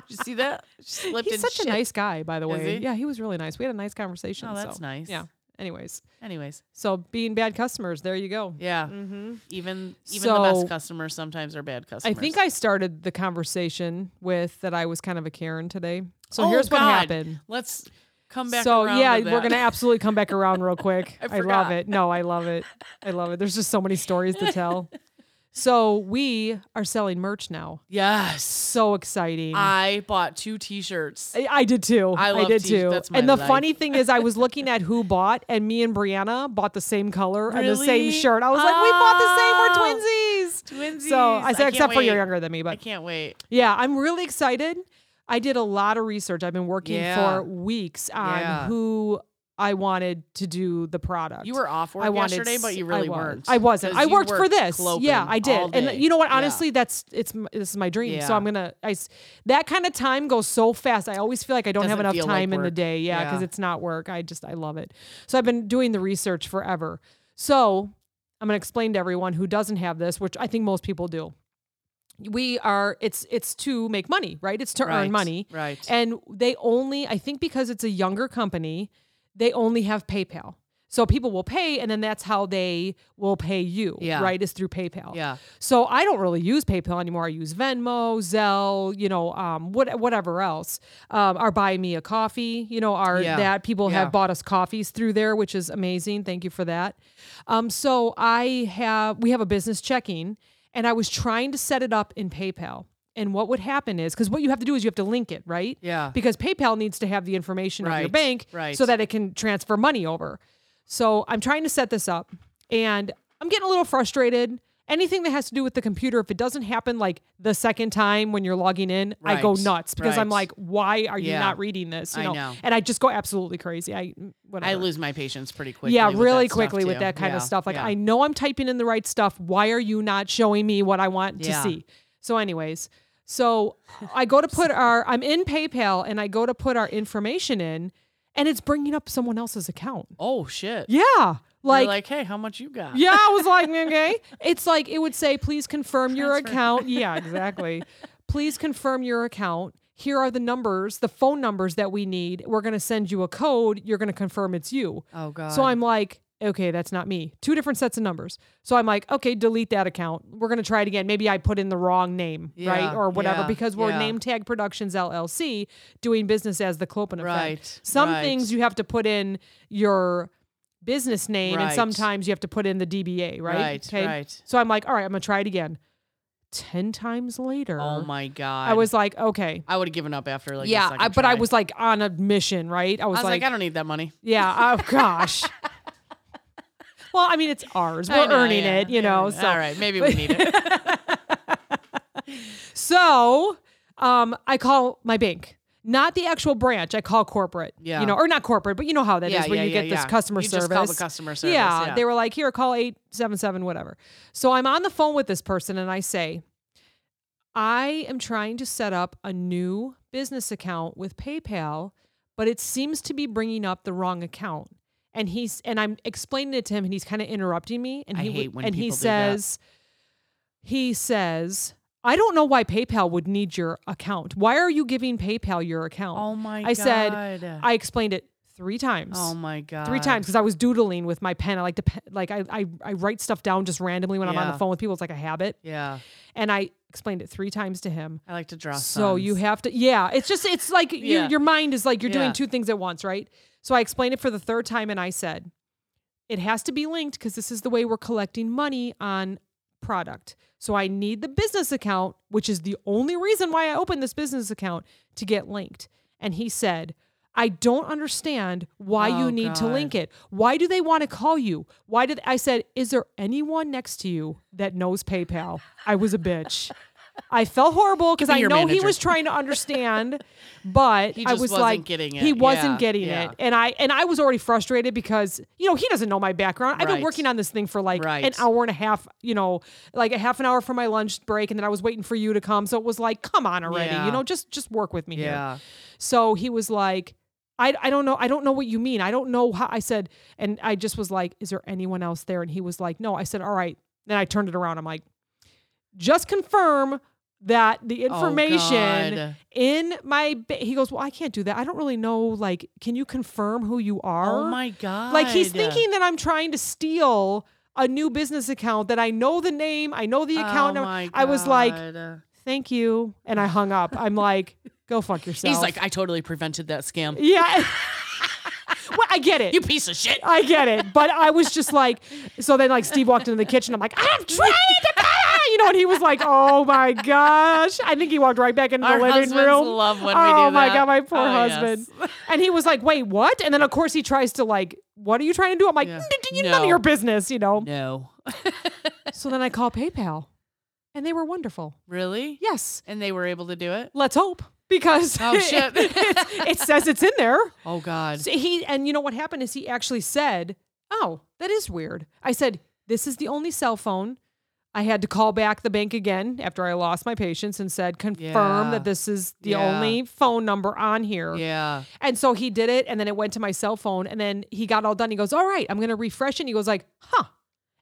Speaker 2: you see that? She slipped
Speaker 1: he's
Speaker 2: and
Speaker 1: such
Speaker 2: shit.
Speaker 1: a nice guy by the
Speaker 2: Is
Speaker 1: way
Speaker 2: he?
Speaker 1: yeah he was really nice we had a nice conversation
Speaker 2: Oh, that's
Speaker 1: so,
Speaker 2: nice.
Speaker 1: yeah anyways
Speaker 2: Anyways,
Speaker 1: so being bad customers there you go
Speaker 2: yeah.
Speaker 1: hmm
Speaker 2: Even even the
Speaker 1: So-
Speaker 2: best customers sometimes are bad
Speaker 1: i
Speaker 2: customers.
Speaker 1: think i started the conversation with that i was kind of a karen today so
Speaker 2: Oh,
Speaker 1: here's what
Speaker 2: God.
Speaker 1: happened
Speaker 2: Let's come back.
Speaker 1: so
Speaker 2: around
Speaker 1: yeah
Speaker 2: to
Speaker 1: we're
Speaker 2: that.
Speaker 1: gonna absolutely come back around real quick
Speaker 2: I
Speaker 1: I, love
Speaker 2: forgot.
Speaker 1: it no i love it i love it there's just so many stories to tell so we are selling merch now
Speaker 2: Yes,
Speaker 1: so exciting
Speaker 2: I bought two T-shirts.
Speaker 1: Mm. I, I did too.
Speaker 2: I love
Speaker 1: did
Speaker 2: teeth.
Speaker 1: too.
Speaker 2: That's
Speaker 1: and
Speaker 2: my
Speaker 1: the
Speaker 2: life.
Speaker 1: funny thing is, I was looking at who bought, and me and Brianna bought the same color and the same
Speaker 2: Really? Oh,
Speaker 1: shirt. I was like, we bought the same. We're
Speaker 2: Twinsies.
Speaker 1: twinsies. So I said,
Speaker 2: can't
Speaker 1: except for you're
Speaker 2: wait.
Speaker 1: younger than me,
Speaker 2: I
Speaker 1: but
Speaker 2: can't wait.
Speaker 1: yeah, I'm really excited. I did a lot of research. I've been working
Speaker 2: Yeah.
Speaker 1: for weeks on
Speaker 2: Yeah.
Speaker 1: who I wanted to do the product.
Speaker 2: You were off work
Speaker 1: I wanted
Speaker 2: yesterday, but
Speaker 1: s-
Speaker 2: you really
Speaker 1: I was.
Speaker 2: weren't.
Speaker 1: I wasn't.
Speaker 2: 'Cause
Speaker 1: I
Speaker 2: you
Speaker 1: worked, for this.
Speaker 2: cloaking
Speaker 1: yeah, I
Speaker 2: all
Speaker 1: did.
Speaker 2: day.
Speaker 1: And you know what?
Speaker 2: Yeah.
Speaker 1: Honestly, that's it's m- this is my dream. So
Speaker 2: Yeah.
Speaker 1: I'm gonna. I s- that kind of time goes so fast. I always feel like I don't have
Speaker 2: Doesn't
Speaker 1: enough
Speaker 2: feel like
Speaker 1: time in the
Speaker 2: work.
Speaker 1: day. Yeah, because
Speaker 2: Yeah.
Speaker 1: it's not work. I just I love it. So I've been doing the research forever. So I'm gonna explain to everyone who doesn't have this, which I think most people do. We are. It's it's to make money, right? It's to
Speaker 2: Right,
Speaker 1: earn money.
Speaker 2: Right.
Speaker 1: And they only, I think because it's a younger company, they only have PayPal. So people will pay, and then that's how they will pay you,
Speaker 2: Yeah.
Speaker 1: right? Is through PayPal.
Speaker 2: yeah.
Speaker 1: So I don't really use PayPal anymore. I use Venmo, Zelle, you know, um, what whatever else. Um, our buy me a coffee, you know, our
Speaker 2: Yeah.
Speaker 1: that people
Speaker 2: Yeah.
Speaker 1: have bought us coffees through there, which is amazing. Thank you for that. Um, so I have we have a business checking, and I was trying to set it up in PayPal. And what would happen is because what you have to do is you have to link it, right?
Speaker 2: Yeah.
Speaker 1: Because PayPal needs to have the information of your
Speaker 2: Right,
Speaker 1: bank
Speaker 2: right.
Speaker 1: so that it can transfer money over. So I'm trying to set this up and I'm getting a little frustrated. anything that has to do with the computer, if it doesn't happen like the second time when you're logging in, I go
Speaker 2: Right,
Speaker 1: nuts because I'm
Speaker 2: right.
Speaker 1: like, why are you
Speaker 2: Yeah.
Speaker 1: not reading this? You
Speaker 2: I
Speaker 1: know?
Speaker 2: know.
Speaker 1: and I just go absolutely crazy. I whatever.
Speaker 2: I lose my patience pretty quickly.
Speaker 1: yeah,
Speaker 2: with that
Speaker 1: really
Speaker 2: stuff,
Speaker 1: quickly with
Speaker 2: too.
Speaker 1: that kind of
Speaker 2: Yeah,
Speaker 1: stuff. Like
Speaker 2: yeah.
Speaker 1: I know I'm typing in the right stuff. Why are you not showing me what I want
Speaker 2: Yeah.
Speaker 1: to see? So, anyways, so I go to put our I'm in PayPal and I go to put our information in, and it's bringing up someone else's account.
Speaker 2: oh shit.
Speaker 1: Yeah,
Speaker 2: Like,
Speaker 1: like.
Speaker 2: like, hey, how much you got?
Speaker 1: yeah, I was like, okay. It's like it would say, please confirm your
Speaker 2: Transfer.
Speaker 1: account. Yeah, exactly. please confirm your account. Here are the numbers, the phone numbers that we need. We're gonna send you a code. You're gonna confirm it's you.
Speaker 2: Oh god.
Speaker 1: So I'm like, okay, that's not me. Two different sets of numbers. So I'm like, okay, delete that account. We're going to try it again. Maybe I put in the wrong name, right?
Speaker 2: Yeah,
Speaker 1: Or whatever,
Speaker 2: yeah,
Speaker 1: because we're
Speaker 2: yeah.
Speaker 1: Name Tag Productions LLC doing business as the Clopen
Speaker 2: Right,
Speaker 1: Effect. Some
Speaker 2: right.
Speaker 1: things you have to put in your business name, and
Speaker 2: Right.
Speaker 1: sometimes you have to put in the DBA, right?
Speaker 2: Right, right.
Speaker 1: So I'm like, all right, I'm going to try it again. 10 times later,
Speaker 2: Oh my god.
Speaker 1: I was like, okay.
Speaker 2: I would have given up after like. the
Speaker 1: yeah,
Speaker 2: second
Speaker 1: I, but I
Speaker 2: try.
Speaker 1: was like on a mission, right? I was,
Speaker 2: I was like, I don't need that money.
Speaker 1: yeah. Oh gosh. well, I mean, it's ours.
Speaker 2: I
Speaker 1: We're
Speaker 2: know,
Speaker 1: earning
Speaker 2: yeah,
Speaker 1: it, you
Speaker 2: yeah.
Speaker 1: know. So,
Speaker 2: all right, maybe we need it.
Speaker 1: so um, I call my bank, not the actual branch. I call corporate.
Speaker 2: Yeah.
Speaker 1: You know, or not corporate, but you know how that is,
Speaker 2: Yeah,
Speaker 1: where
Speaker 2: yeah,
Speaker 1: you
Speaker 2: yeah,
Speaker 1: get this
Speaker 2: yeah.
Speaker 1: customer
Speaker 2: You
Speaker 1: service.
Speaker 2: just call the customer service,
Speaker 1: Yeah,
Speaker 2: yeah.
Speaker 1: They were like, here, call eight seven seven whatever. So I'm on the phone with this person, and I say, I am trying to set up a new business account with PayPal, but it seems to be bringing up the wrong account. And he's and I'm explaining it to him, and he's kind of interrupting me. And
Speaker 2: I
Speaker 1: he w-
Speaker 2: hate when
Speaker 1: and he
Speaker 2: people do that.
Speaker 1: says, he says, I don't know why PayPal would need your account. Why are you giving PayPal your account?
Speaker 2: Oh my
Speaker 1: I said,
Speaker 2: God.
Speaker 1: I explained it three times
Speaker 2: oh my god.
Speaker 1: three times because I was doodling with my pen. I like to pe- like I, I I write stuff down just randomly when I'm on the
Speaker 2: Yeah.
Speaker 1: phone with people. It's like a habit,
Speaker 2: Yeah,
Speaker 1: and I explained it three times to him.
Speaker 2: I like to draw.
Speaker 1: So you
Speaker 2: suns.
Speaker 1: have to, yeah. It's just it's like
Speaker 2: Yeah.
Speaker 1: your your mind is like you're doing
Speaker 2: Yeah.
Speaker 1: two things at once, right? So I explained it for the third time, and I said it has to be linked because this is the way we're collecting money on product. So I need the business account, which is the only reason why I opened this business account to get linked. And he said. I don't understand why
Speaker 2: Oh,
Speaker 1: you need to
Speaker 2: God.
Speaker 1: link it. Why do they want to call you? Why did I said, is there anyone next to you that knows PayPal? I was a bitch. I felt horrible because
Speaker 2: me
Speaker 1: I know
Speaker 2: your
Speaker 1: he
Speaker 2: manager.
Speaker 1: was trying to understand, but
Speaker 2: He
Speaker 1: I
Speaker 2: just
Speaker 1: was
Speaker 2: wasn't
Speaker 1: like,
Speaker 2: getting it.
Speaker 1: he wasn't
Speaker 2: Yeah,
Speaker 1: getting
Speaker 2: yeah.
Speaker 1: it, and I and I was already frustrated because you know he doesn't know my background. I've been
Speaker 2: Right.
Speaker 1: working on this thing for like an
Speaker 2: Right.
Speaker 1: hour and a half, you know, like a half an hour for my lunch break, and then I was waiting for you to come, so it was like, come on already,
Speaker 2: Yeah.
Speaker 1: you know, just just work with me here.
Speaker 2: Yeah.
Speaker 1: So he was like, I, I don't know. I don't know what you mean. I don't know how I said, and I just was like, is there anyone else there? And he was like, no. I said, all right. Then I turned it around. I'm like, just confirm that the
Speaker 2: Oh,
Speaker 1: information
Speaker 2: God.
Speaker 1: in my, ba-. he goes, well, I can't do that. I don't really know. Like, can you confirm who you are?
Speaker 2: Oh my god.
Speaker 1: Like he's thinking that I'm trying to steal a new business account that I know the name, I know the account.
Speaker 2: Oh
Speaker 1: number.
Speaker 2: my
Speaker 1: I was like,
Speaker 2: God.
Speaker 1: thank you. And I hung up. I'm like, go fuck yourself.
Speaker 2: He's like, I totally prevented that scam.
Speaker 1: Yeah. well, I get it.
Speaker 2: You piece of shit.
Speaker 1: I get it. But I was just like, so then like Steve walked into the kitchen. I'm like, I'm trying to call you know, and he was like, "Oh my gosh!" I think he walked right back into
Speaker 2: Our
Speaker 1: the living
Speaker 2: husbands
Speaker 1: room.
Speaker 2: love when we
Speaker 1: oh
Speaker 2: do
Speaker 1: my
Speaker 2: that.
Speaker 1: god, my poor
Speaker 2: Oh,
Speaker 1: husband! And he was like, "Wait, what?" And then of course he tries to like, "What are you trying to do?" I'm like,
Speaker 2: Yeah.
Speaker 1: "N- you- "None of
Speaker 2: No.
Speaker 1: your business," you know.
Speaker 2: No.
Speaker 1: So then I call PayPal, and they were wonderful.
Speaker 2: Really?
Speaker 1: Yes,
Speaker 2: And they were able to do it.
Speaker 1: let's hope because
Speaker 2: Oh, shit.
Speaker 1: it, it- it says it's in there.
Speaker 2: Oh God.
Speaker 1: So he and you know what happened is he actually said, "Oh, that is weird." I said, "This is the only cell phone." I had to call back the bank again after I lost my patience and said, "Confirm
Speaker 2: Yeah.
Speaker 1: that this is the
Speaker 2: Yeah.
Speaker 1: only phone number on here."
Speaker 2: Yeah.
Speaker 1: And so he did it, and then it went to my cell phone, and then he got all done. He goes, "All right, I'm going to refresh," it." and he goes, "Like, huh?"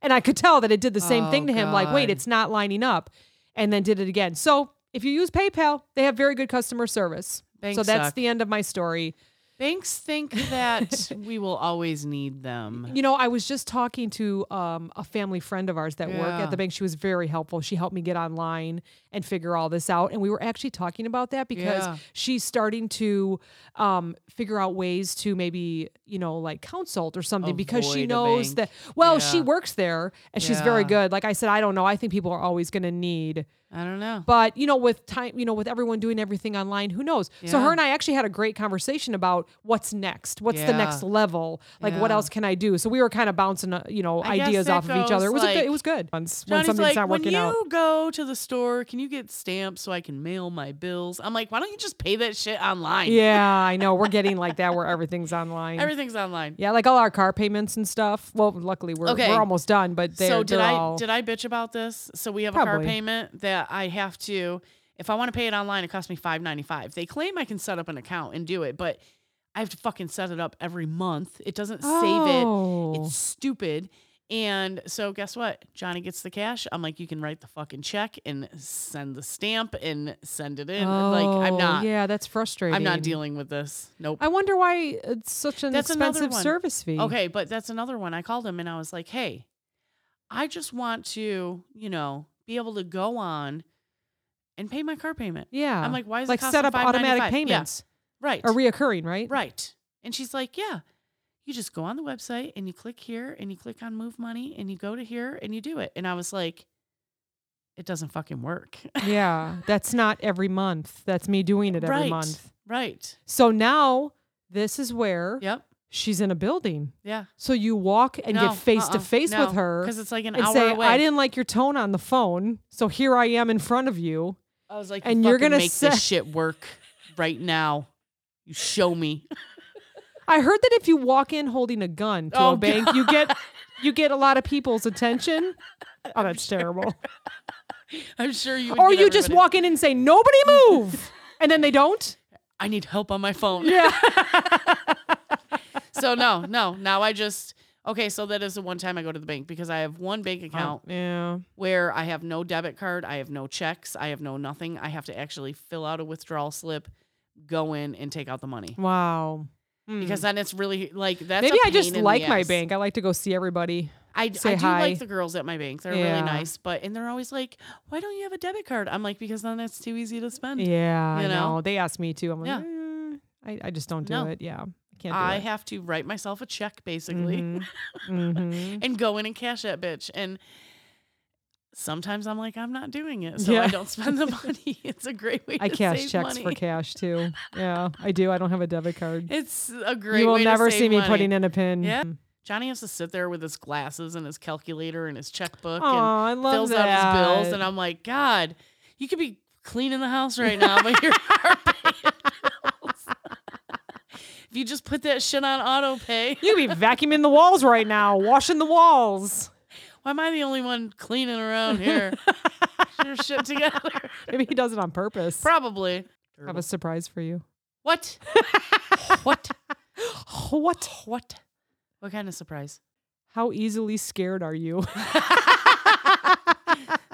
Speaker 1: And I could tell that it did the same
Speaker 2: Oh,
Speaker 1: thing to him. Like, wait,
Speaker 2: God.
Speaker 1: it's not lining up, and then did it again. So if you use PayPal, they have very good customer service.
Speaker 2: Banks
Speaker 1: so that's
Speaker 2: suck.
Speaker 1: the end of my story.
Speaker 2: Banks think that we will always need them.
Speaker 1: You know, I was just talking to um, a family friend of ours that worked
Speaker 2: Yeah.
Speaker 1: at the bank. She was very helpful. She helped me get online and figure all this out. And we were actually talking about that because
Speaker 2: Yeah.
Speaker 1: she's starting to um, figure out ways to maybe, you know, like consult or something because
Speaker 2: Avoid
Speaker 1: she
Speaker 2: a
Speaker 1: knows that,
Speaker 2: bank.
Speaker 1: well, she
Speaker 2: Yeah.
Speaker 1: works there and she's very
Speaker 2: Yeah.
Speaker 1: good. Like I said, I don't know. I think people are always going to need
Speaker 2: I don't know.
Speaker 1: but you know, with time, you know, with everyone doing everything online, who knows? So her
Speaker 2: Yeah.
Speaker 1: and I actually had a great conversation about what's next, what's the next
Speaker 2: Yeah.
Speaker 1: level, like what
Speaker 2: Yeah.
Speaker 1: else can I do? So we were kind of bouncing, uh, you know,
Speaker 2: I guess
Speaker 1: ideas
Speaker 2: that
Speaker 1: off of each other. It
Speaker 2: goes
Speaker 1: was a good,
Speaker 2: like-
Speaker 1: it was good. Once when
Speaker 2: Johnny's
Speaker 1: something's
Speaker 2: like,
Speaker 1: not
Speaker 2: when
Speaker 1: working
Speaker 2: you
Speaker 1: out,
Speaker 2: go to the store, can you get stamps so I can mail my bills? I'm like, why don't you just pay that shit online?
Speaker 1: yeah, I know. We're getting like that where everything's online.
Speaker 2: everything's online.
Speaker 1: yeah, like all our car payments and stuff. Well, luckily we're
Speaker 2: Okay.
Speaker 1: we're almost done, but they're,
Speaker 2: so did
Speaker 1: they're
Speaker 2: I
Speaker 1: all
Speaker 2: did I bitch about this? So we have a car
Speaker 1: Probably.
Speaker 2: payment that I have to. If I want to pay it online, it costs me five ninety five. They claim I can set up an account and do it, but I have to fucking set it up every month. It doesn't save it.
Speaker 1: Oh.
Speaker 2: It's stupid. And so guess what? Johnny gets the cash. I'm like, you can write the fucking check and send the stamp and send it in. like I'm
Speaker 1: Oh,
Speaker 2: not.
Speaker 1: Yeah, that's frustrating.
Speaker 2: I'm not dealing with this. Nope.
Speaker 1: I wonder why it's such an
Speaker 2: That's another
Speaker 1: expensive
Speaker 2: one.
Speaker 1: service fee.
Speaker 2: Okay, but that's another one. I called him and I was like, hey, I just want to, you know, be able to go on and pay my car payment.
Speaker 1: Yeah.
Speaker 2: I'm like, why is
Speaker 1: like
Speaker 2: it costing
Speaker 1: set up automatic
Speaker 2: $5.95?
Speaker 1: payments
Speaker 2: Yeah, right.
Speaker 1: or reoccurring, right?
Speaker 2: right. And she's like, yeah, you just go on the website and you click here and you click on move money and you go to here and you do it. And I was like, it doesn't fucking work.
Speaker 1: Yeah, that's not every month. That's me doing it every
Speaker 2: right.
Speaker 1: month.
Speaker 2: Right.
Speaker 1: So now this is where
Speaker 2: Yep.
Speaker 1: she's in a building.
Speaker 2: Yeah.
Speaker 1: So you walk and get face to face with her
Speaker 2: because uh-uh. it's like an
Speaker 1: and
Speaker 2: hour
Speaker 1: say,
Speaker 2: away.
Speaker 1: "I didn't like your tone on the phone, so here I am in front of you."
Speaker 2: I was like,
Speaker 1: And
Speaker 2: and
Speaker 1: you're
Speaker 2: you're gonna
Speaker 1: gonna
Speaker 2: make
Speaker 1: say-
Speaker 2: this shit work right now. You show me.
Speaker 1: I heard that if you walk in holding a gun to
Speaker 2: Oh,
Speaker 1: a bank, you get you get a lot of people's attention. Oh, that's terrible.
Speaker 2: I'm sure you. would
Speaker 1: Or
Speaker 2: get
Speaker 1: you just
Speaker 2: everybody-
Speaker 1: walk in and say, "Nobody move," and then they don't.
Speaker 2: I need help on my phone.
Speaker 1: Yeah.
Speaker 2: so no, no. Now I just okay. So that is the one time I go to the bank because I have one bank account
Speaker 1: Yeah.
Speaker 2: where I have no debit card, I have no checks, I have no nothing. I have to actually fill out a withdrawal slip, go in and take out the money
Speaker 1: Wow. Hmm.
Speaker 2: because then it's really like that's a
Speaker 1: Maybe I just
Speaker 2: pain in the
Speaker 1: like my
Speaker 2: ass.
Speaker 1: bank. I like to go see everybody.
Speaker 2: I,
Speaker 1: Say
Speaker 2: I do
Speaker 1: hi.
Speaker 2: like the girls at my bank. They're
Speaker 1: Yeah.
Speaker 2: really nice, but and they're always like, "Why don't you have a debit card?" I'm like, "Because then it's too easy to spend."
Speaker 1: Yeah, I
Speaker 2: You
Speaker 1: know.
Speaker 2: know?
Speaker 1: They asked me too. I'm like,
Speaker 2: Yeah.
Speaker 1: "Eh, I, I just don't do
Speaker 2: No.
Speaker 1: it. Yeah, I can't do
Speaker 2: I
Speaker 1: it.
Speaker 2: have to write myself a check basically
Speaker 1: Mhm. Mhm.
Speaker 2: and go in and cash that bitch. And sometimes I'm like, I'm not doing it, so
Speaker 1: Yeah.
Speaker 2: I don't spend the money. it's a great way.
Speaker 1: I
Speaker 2: to
Speaker 1: cash
Speaker 2: save
Speaker 1: checks for
Speaker 2: money.
Speaker 1: cash too. Yeah, I do. I don't have a debit card.
Speaker 2: It's a great.
Speaker 1: You will
Speaker 2: way to
Speaker 1: never
Speaker 2: save
Speaker 1: see me
Speaker 2: money.
Speaker 1: putting in a pin.
Speaker 2: Yeah.
Speaker 1: Mm.
Speaker 2: Johnny has to sit there with his glasses and his calculator and his checkbook and
Speaker 1: Aw, I love
Speaker 2: fills
Speaker 1: that.
Speaker 2: out his bills, and I'm like, God, you could be cleaning the house right now, but you're paying bills. if you just put that shit on auto pay,
Speaker 1: you could be vacuuming the walls right now, washing the walls.
Speaker 2: why am I the only one cleaning around here? Get your shit together.
Speaker 1: Maybe he does it on purpose.
Speaker 2: Probably.
Speaker 1: I have a surprise for you.
Speaker 2: What? what?
Speaker 1: What?
Speaker 2: What? What kind of surprise?
Speaker 1: How easily scared are you?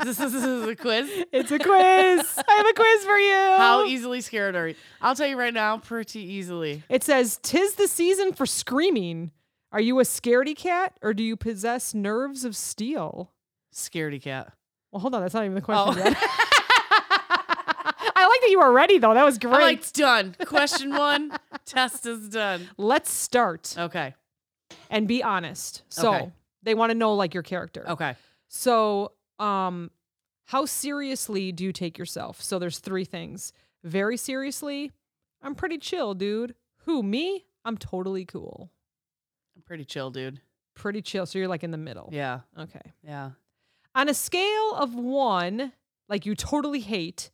Speaker 2: This is, this is a quiz.
Speaker 1: it's a quiz. I have a quiz for you.
Speaker 2: How e-, easily scared are you? I'll tell you right now, pretty easily.
Speaker 1: It says, "Tis the season for screaming. Are you a scaredy cat, or do you possess nerves of steel?"
Speaker 2: Scaredy cat.
Speaker 1: Well, hold on, that's not even the
Speaker 2: Oh.
Speaker 1: question yet. I like that you were ready though. That was great.
Speaker 2: I'm like, done. Question one, test is done.
Speaker 1: Let's start
Speaker 2: Okay.
Speaker 1: and be honest. So
Speaker 2: Oh. Okay.
Speaker 1: they want to know like your character.
Speaker 2: Okay.
Speaker 1: So, um, how seriously do you take yourself? So there's three things. Very seriously, I'm pretty chill, dude. Who me? I'm totally cool.
Speaker 2: I'm pretty chill, dude.
Speaker 1: Pretty chill. So you're like in the middle.
Speaker 2: Yeah.
Speaker 1: Okay.
Speaker 2: Yeah.
Speaker 1: on a scale of one, like you totally hate,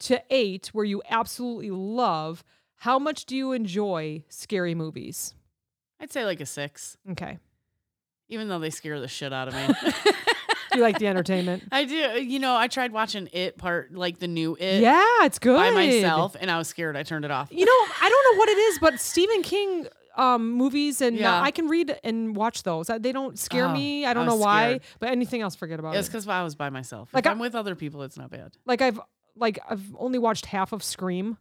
Speaker 1: to eight, where you absolutely love, how much do you enjoy scary movies?
Speaker 2: I'd say like a six,
Speaker 1: Okay.
Speaker 2: even though they scare the shit out of me.
Speaker 1: You like the entertainment?
Speaker 2: I do. You know, I tried watching it part, like the new it
Speaker 1: yeah, it's good.
Speaker 2: by myself, and I was scared. I turned it off.
Speaker 1: You know, I don't know what it is, but Stephen King um movies and
Speaker 2: Yeah.
Speaker 1: I can read and watch those. I- They don't scare
Speaker 2: Oh,
Speaker 1: me. I don't
Speaker 2: I
Speaker 1: know
Speaker 2: was
Speaker 1: why,
Speaker 2: scared.
Speaker 1: but anything else forget about
Speaker 2: It's
Speaker 1: it.
Speaker 2: because I was by myself.
Speaker 1: Like,
Speaker 2: if
Speaker 1: I-
Speaker 2: I'm with other people, it's not bad.
Speaker 1: Like I've like I've only watched half of Scream.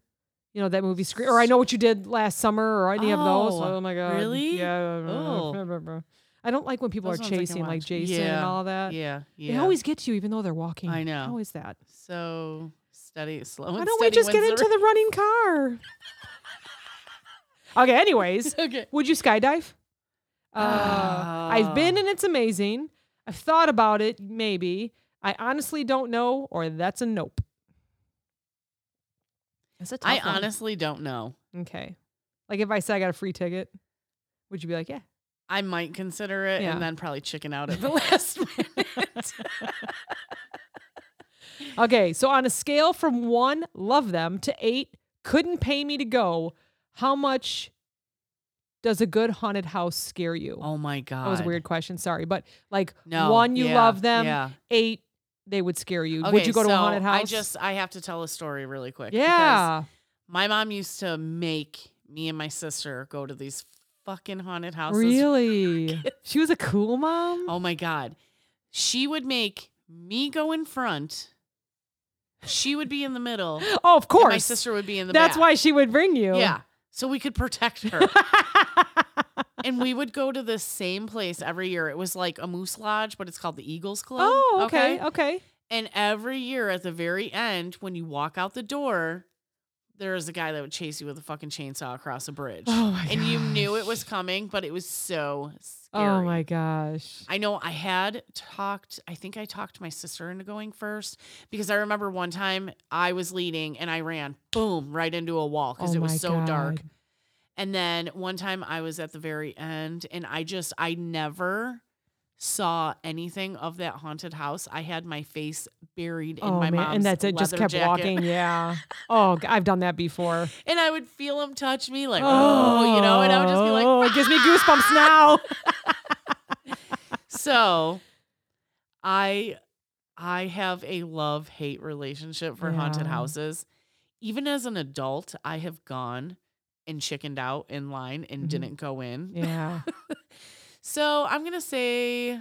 Speaker 1: You know that movie Oh Scream, or I know what you did last summer, or any of those.
Speaker 2: Oh,
Speaker 1: Oh my god!
Speaker 2: really?
Speaker 1: Yeah.
Speaker 2: Oh.
Speaker 1: I don't like when people
Speaker 2: Those
Speaker 1: are
Speaker 2: ones I can
Speaker 1: chasing like
Speaker 2: watch.
Speaker 1: Jason and
Speaker 2: Yeah.
Speaker 1: all that.
Speaker 2: Yeah. Yeah.
Speaker 1: Uh, They always get to you even though they're walking.
Speaker 2: I know.
Speaker 1: How is that?
Speaker 2: so steady, slow. And
Speaker 1: Why don't we just get into the running car? okay, anyways,
Speaker 2: the? Okay.
Speaker 1: would you skydive? Uh, I've been
Speaker 2: Ah.
Speaker 1: and it's amazing. I've thought about it, maybe. I honestly don't know, or that's a nope. That's a tough
Speaker 2: I
Speaker 1: one.
Speaker 2: honestly don't know.
Speaker 1: Okay. Like if I said I got a free ticket, would you be like, yeah?
Speaker 2: I might consider it
Speaker 1: Yeah.
Speaker 2: and then probably chicken out at the last minute.
Speaker 1: Okay. So on a scale from one, love them, to eight, couldn't pay me to go, how much does a good haunted house scare you?
Speaker 2: oh my god.
Speaker 1: that was a weird question. Sorry. But like
Speaker 2: No.
Speaker 1: one, you
Speaker 2: yeah,
Speaker 1: love them,
Speaker 2: Yeah.
Speaker 1: eight, they would scare you. would
Speaker 2: Okay,
Speaker 1: you go to a
Speaker 2: so
Speaker 1: haunted house?
Speaker 2: I just I have to tell a story really quick. because
Speaker 1: yeah.
Speaker 2: My mom used to make me and my sister go to these fucking haunted houses.
Speaker 1: Really? She was a cool mom?
Speaker 2: Oh my god. She would make me go in front. She would be in the middle. and
Speaker 1: Oh, of course.
Speaker 2: my sister would be in the
Speaker 1: That's
Speaker 2: back.
Speaker 1: why she would bring you. Oh,
Speaker 2: Yeah. So we could protect her. and we would go to the same place every year. It was like a moose lodge, but it's called the Eagles Club.
Speaker 1: Oh, okay. Okay.
Speaker 2: And every year at the very end, when you walk out the door, there is a guy that would chase you with a fucking chainsaw across a bridge.
Speaker 1: Oh my
Speaker 2: and you knew it
Speaker 1: gosh.
Speaker 2: was coming, but it was so scary.
Speaker 1: Oh my gosh.
Speaker 2: I know I had talked, I think I talked my sister into going first because I remember one time I was leading and I ran boom right into a wall because
Speaker 1: Oh
Speaker 2: it
Speaker 1: my
Speaker 2: was so dark.
Speaker 1: God.
Speaker 2: And then one time I was at the very end and I just, I never saw anything of that haunted house. I had my face buried in
Speaker 1: oh
Speaker 2: my
Speaker 1: man,
Speaker 2: mom's
Speaker 1: and that's it. Just
Speaker 2: leather
Speaker 1: kept
Speaker 2: jacket.
Speaker 1: walking. Yeah. Oh, g- I've done that before.
Speaker 2: And I would feel him touch me like, oh, you know, and I would just be like, "Ah!"
Speaker 1: Oh, it gives me goosebumps now.
Speaker 2: so i i have a love hate relationship for haunted
Speaker 1: Yeah.
Speaker 2: houses even as an adult i have gone and chickened out in line and
Speaker 1: Mhm.
Speaker 2: didn't go in
Speaker 1: Yeah.
Speaker 2: so i'm gonna say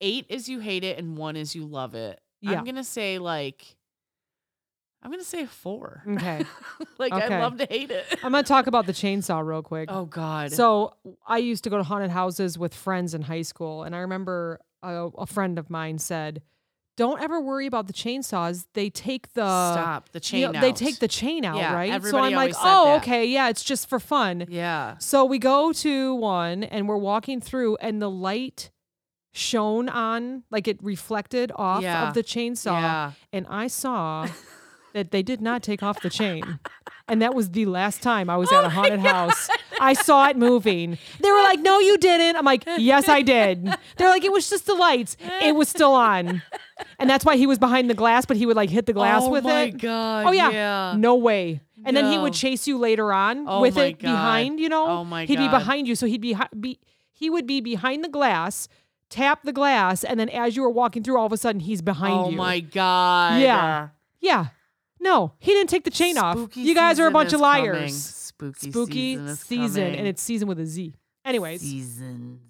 Speaker 2: eight is you hate it and one is you love it
Speaker 1: Yeah.
Speaker 2: i'm gonna say like i'm gonna say four
Speaker 1: Okay.
Speaker 2: like
Speaker 1: Mm, Okay.
Speaker 2: i love to hate it
Speaker 1: I'm gonna talk about the chainsaw real quick.
Speaker 2: oh god
Speaker 1: So I used to go to haunted houses with friends in high school, and I remember a, a friend of mine said, "Don't ever worry about the chainsaws. They take the
Speaker 2: stop the chain
Speaker 1: uh, you know, they
Speaker 2: out.
Speaker 1: take the chain out,
Speaker 2: Yeah,
Speaker 1: right?" So I'm
Speaker 2: everybody
Speaker 1: like,
Speaker 2: always said
Speaker 1: "Oh,
Speaker 2: that.
Speaker 1: okay, yeah, it's just for fun."
Speaker 2: yeah
Speaker 1: So we go to one and we're walking through and the light shone on like it reflected off
Speaker 2: Yeah.
Speaker 1: of the chainsaw
Speaker 2: yeah
Speaker 1: and I saw that they did not take off the chain. And that was the last time I was
Speaker 2: Oh
Speaker 1: at a haunted house. I saw it moving. They were like, "No, you didn't." I'm like, "Yes, I did." They're like, "It was just the lights. It was still on." And that's why he was behind the glass, but he would like hit the glass
Speaker 2: oh
Speaker 1: with
Speaker 2: my
Speaker 1: it.
Speaker 2: god
Speaker 1: Oh yeah.
Speaker 2: yeah
Speaker 1: No way. And then he would
Speaker 2: No.
Speaker 1: chase you later on
Speaker 2: Oh
Speaker 1: with
Speaker 2: my
Speaker 1: it
Speaker 2: God.
Speaker 1: behind, you know?
Speaker 2: Oh my
Speaker 1: He'd be
Speaker 2: God.
Speaker 1: behind you. So he'd be, hi- be he would be behind the glass, tap the glass, and then as you were walking through, all of a sudden he's behind
Speaker 2: oh
Speaker 1: you.
Speaker 2: my god.
Speaker 1: Yeah. Yeah. No, he didn't take the chain off.
Speaker 2: Spooky
Speaker 1: You guys are a
Speaker 2: season
Speaker 1: bunch
Speaker 2: is
Speaker 1: of
Speaker 2: coming.
Speaker 1: liars.
Speaker 2: Spooky,
Speaker 1: Spooky
Speaker 2: season,
Speaker 1: season,
Speaker 2: is coming.
Speaker 1: and it's season with a Z. Anyways,
Speaker 2: seasons.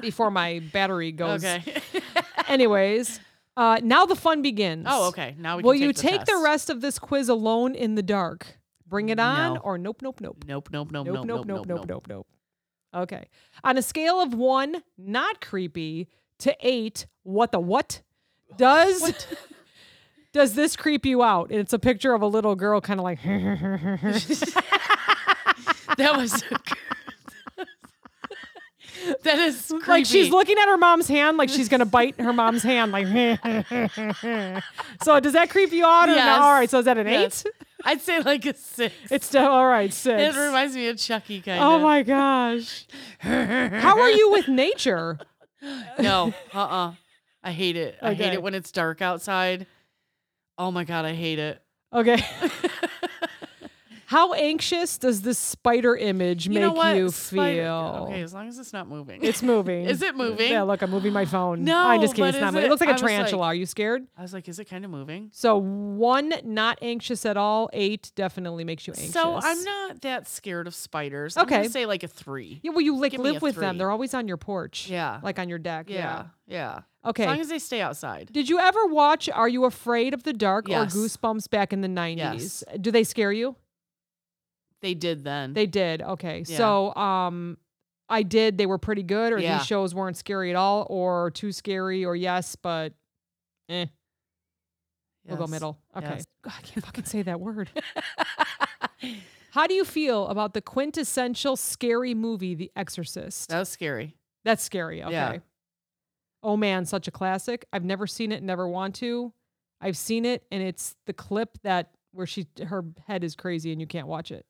Speaker 1: before my battery goes.
Speaker 2: Okay.
Speaker 1: Anyways, uh, now the fun begins.
Speaker 2: oh, okay. Now we
Speaker 1: Will
Speaker 2: can
Speaker 1: you
Speaker 2: take
Speaker 1: take
Speaker 2: the,
Speaker 1: the
Speaker 2: test.
Speaker 1: rest of this quiz alone in the dark? Bring it on
Speaker 2: No.
Speaker 1: or nope, nope, nope.
Speaker 2: Nope, nope, nope,
Speaker 1: Nope, nope, nope, nope,
Speaker 2: nope.
Speaker 1: nope, nope. Okay. On a scale of one, not creepy, to eight, what the what? Does does this creep you out? And it's a picture of a little girl kind of like
Speaker 2: that was. that is creepy.
Speaker 1: like she's looking at her mom's hand like she's gonna bite her mom's hand like so does that creep you out or
Speaker 2: Yes.
Speaker 1: no? all right so is that an
Speaker 2: Yes.
Speaker 1: eight
Speaker 2: I'd say like a six.
Speaker 1: it's still all right
Speaker 2: it
Speaker 1: six
Speaker 2: reminds me of Chucky kind
Speaker 1: oh my gosh how are you with nature
Speaker 2: No, uh uh I hate it. I hate
Speaker 1: Okay.
Speaker 2: it when it's dark outside. Oh my God, I hate it.
Speaker 1: okay how anxious does this spider image
Speaker 2: You
Speaker 1: make
Speaker 2: know what?
Speaker 1: you
Speaker 2: Spider-
Speaker 1: feel
Speaker 2: Okay, as long as it's not moving.
Speaker 1: it's moving
Speaker 2: Is it moving?
Speaker 1: yeah look i'm moving my phone
Speaker 2: No,
Speaker 1: i'm just kidding
Speaker 2: but
Speaker 1: it's not
Speaker 2: is
Speaker 1: moving. it
Speaker 2: it-
Speaker 1: looks like
Speaker 2: I
Speaker 1: a
Speaker 2: was like-
Speaker 1: tarantula are you scared
Speaker 2: I was like, is it kind of moving?
Speaker 1: so one not anxious at all eight definitely makes you anxious
Speaker 2: So I'm not that scared of spiders. I'm
Speaker 1: Okay.
Speaker 2: gonna say like a three.
Speaker 1: Yeah, well, you like
Speaker 2: Give me
Speaker 1: live
Speaker 2: a
Speaker 1: with them.
Speaker 2: three.
Speaker 1: They're always on your porch.
Speaker 2: Yeah.
Speaker 1: Like on your deck.
Speaker 2: Yeah,
Speaker 1: Yeah.
Speaker 2: yeah.
Speaker 1: Okay.
Speaker 2: As long as they stay outside.
Speaker 1: Did you ever watch Are You Afraid of the Dark
Speaker 2: Yes.
Speaker 1: or Goosebumps back in the 90s?
Speaker 2: Yes.
Speaker 1: Do they scare you?
Speaker 2: They did then.
Speaker 1: They did. Okay.
Speaker 2: Yeah.
Speaker 1: So, um I did, they were pretty good, or
Speaker 2: Yeah.
Speaker 1: these shows weren't scary at all, or too scary, or yes, but eh, we'll go
Speaker 2: Yes.
Speaker 1: middle. Okay.
Speaker 2: Yes.
Speaker 1: God, I can't fucking say that word. How do you feel about the quintessential scary movie, The Exorcist?
Speaker 2: That was scary.
Speaker 1: That's scary. Okay.
Speaker 2: Yeah.
Speaker 1: Oh man, such a classic. I've never seen it, never want to. I've seen it, and it's the clip that where she her head is crazy and you can't watch it.